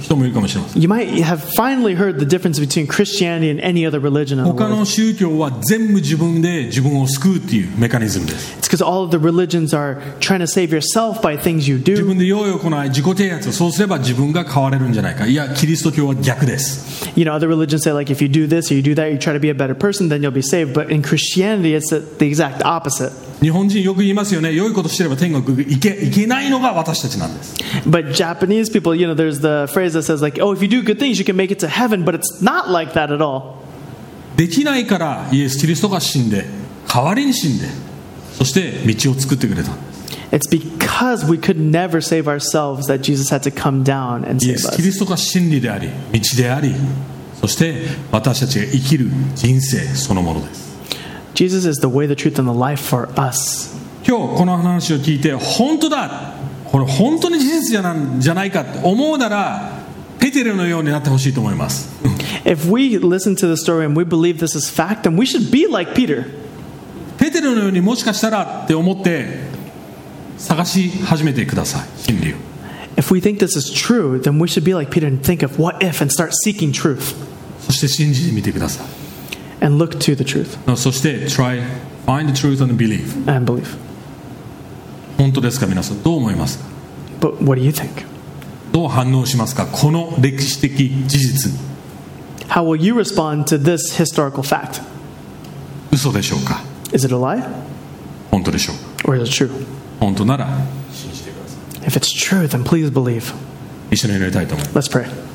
Speaker 1: 人もいるかもしれません
Speaker 2: You might have finally heard the difference between Christianity and any other religion in the
Speaker 1: 他
Speaker 2: world.
Speaker 1: の宗教は全部自分で自分を救うっていうメカニズムです
Speaker 2: It's because all of the religions are trying to save yourself by things you
Speaker 1: 自
Speaker 2: do.
Speaker 1: 分で用意を行い自己啓発をそうすれば自分が変われるんじゃないかいやキリスト教は逆です
Speaker 2: You know, other religions say, like, if you do this or you do that, you try to be a better person, then you'll be saved. But in Christianity, it's the the exact opposite.
Speaker 1: 日本人よく言いますよね良いことしてれば天国行け行けないのが私たちなんです
Speaker 2: But Japanese people, you know, there's the phrase that says, like, oh, if you do good things, you can make it to heaven. But it's not like that at all.
Speaker 1: できないからイエス・キリストが死んで代わりに死んでそして道を作ってくれた
Speaker 2: It's because we could never save ourselves that Jesus had to come down and
Speaker 1: イエ
Speaker 2: save
Speaker 1: ス・キ
Speaker 2: us.
Speaker 1: リストが真理であり道でありそして私たちが生きる人生そのものです
Speaker 2: Jesus is the way, the truth, and the life for us.
Speaker 1: 今日この話を聞いて本当だこれ本当に事実じゃなんじゃないかって思うならペテルのようになってほしいと思います
Speaker 2: If we listen to the story and we believe this is fact, then we should be like Peter.
Speaker 1: ペテルのようにもしかしたらって思って探し始めてください真理を
Speaker 2: If we think this is true, then we should be like Peter and think of what if and start seeking truth
Speaker 1: そして信じてみてくださ
Speaker 2: and look to the truth
Speaker 1: いそして try find the truth and believe
Speaker 2: and believe.
Speaker 1: 本当ですか皆さんどう思いますか
Speaker 2: But what do you think?
Speaker 1: どう反応しますかこの歴史的事実に
Speaker 2: How will you respond to this historical fact?
Speaker 1: 嘘でしょうか
Speaker 2: Is it a lie
Speaker 1: 本当でしょうか
Speaker 2: or is it true?
Speaker 1: 本当なら
Speaker 2: If it's true, then please believe.
Speaker 1: 一緒に祈りたいと思います
Speaker 2: Let's pray.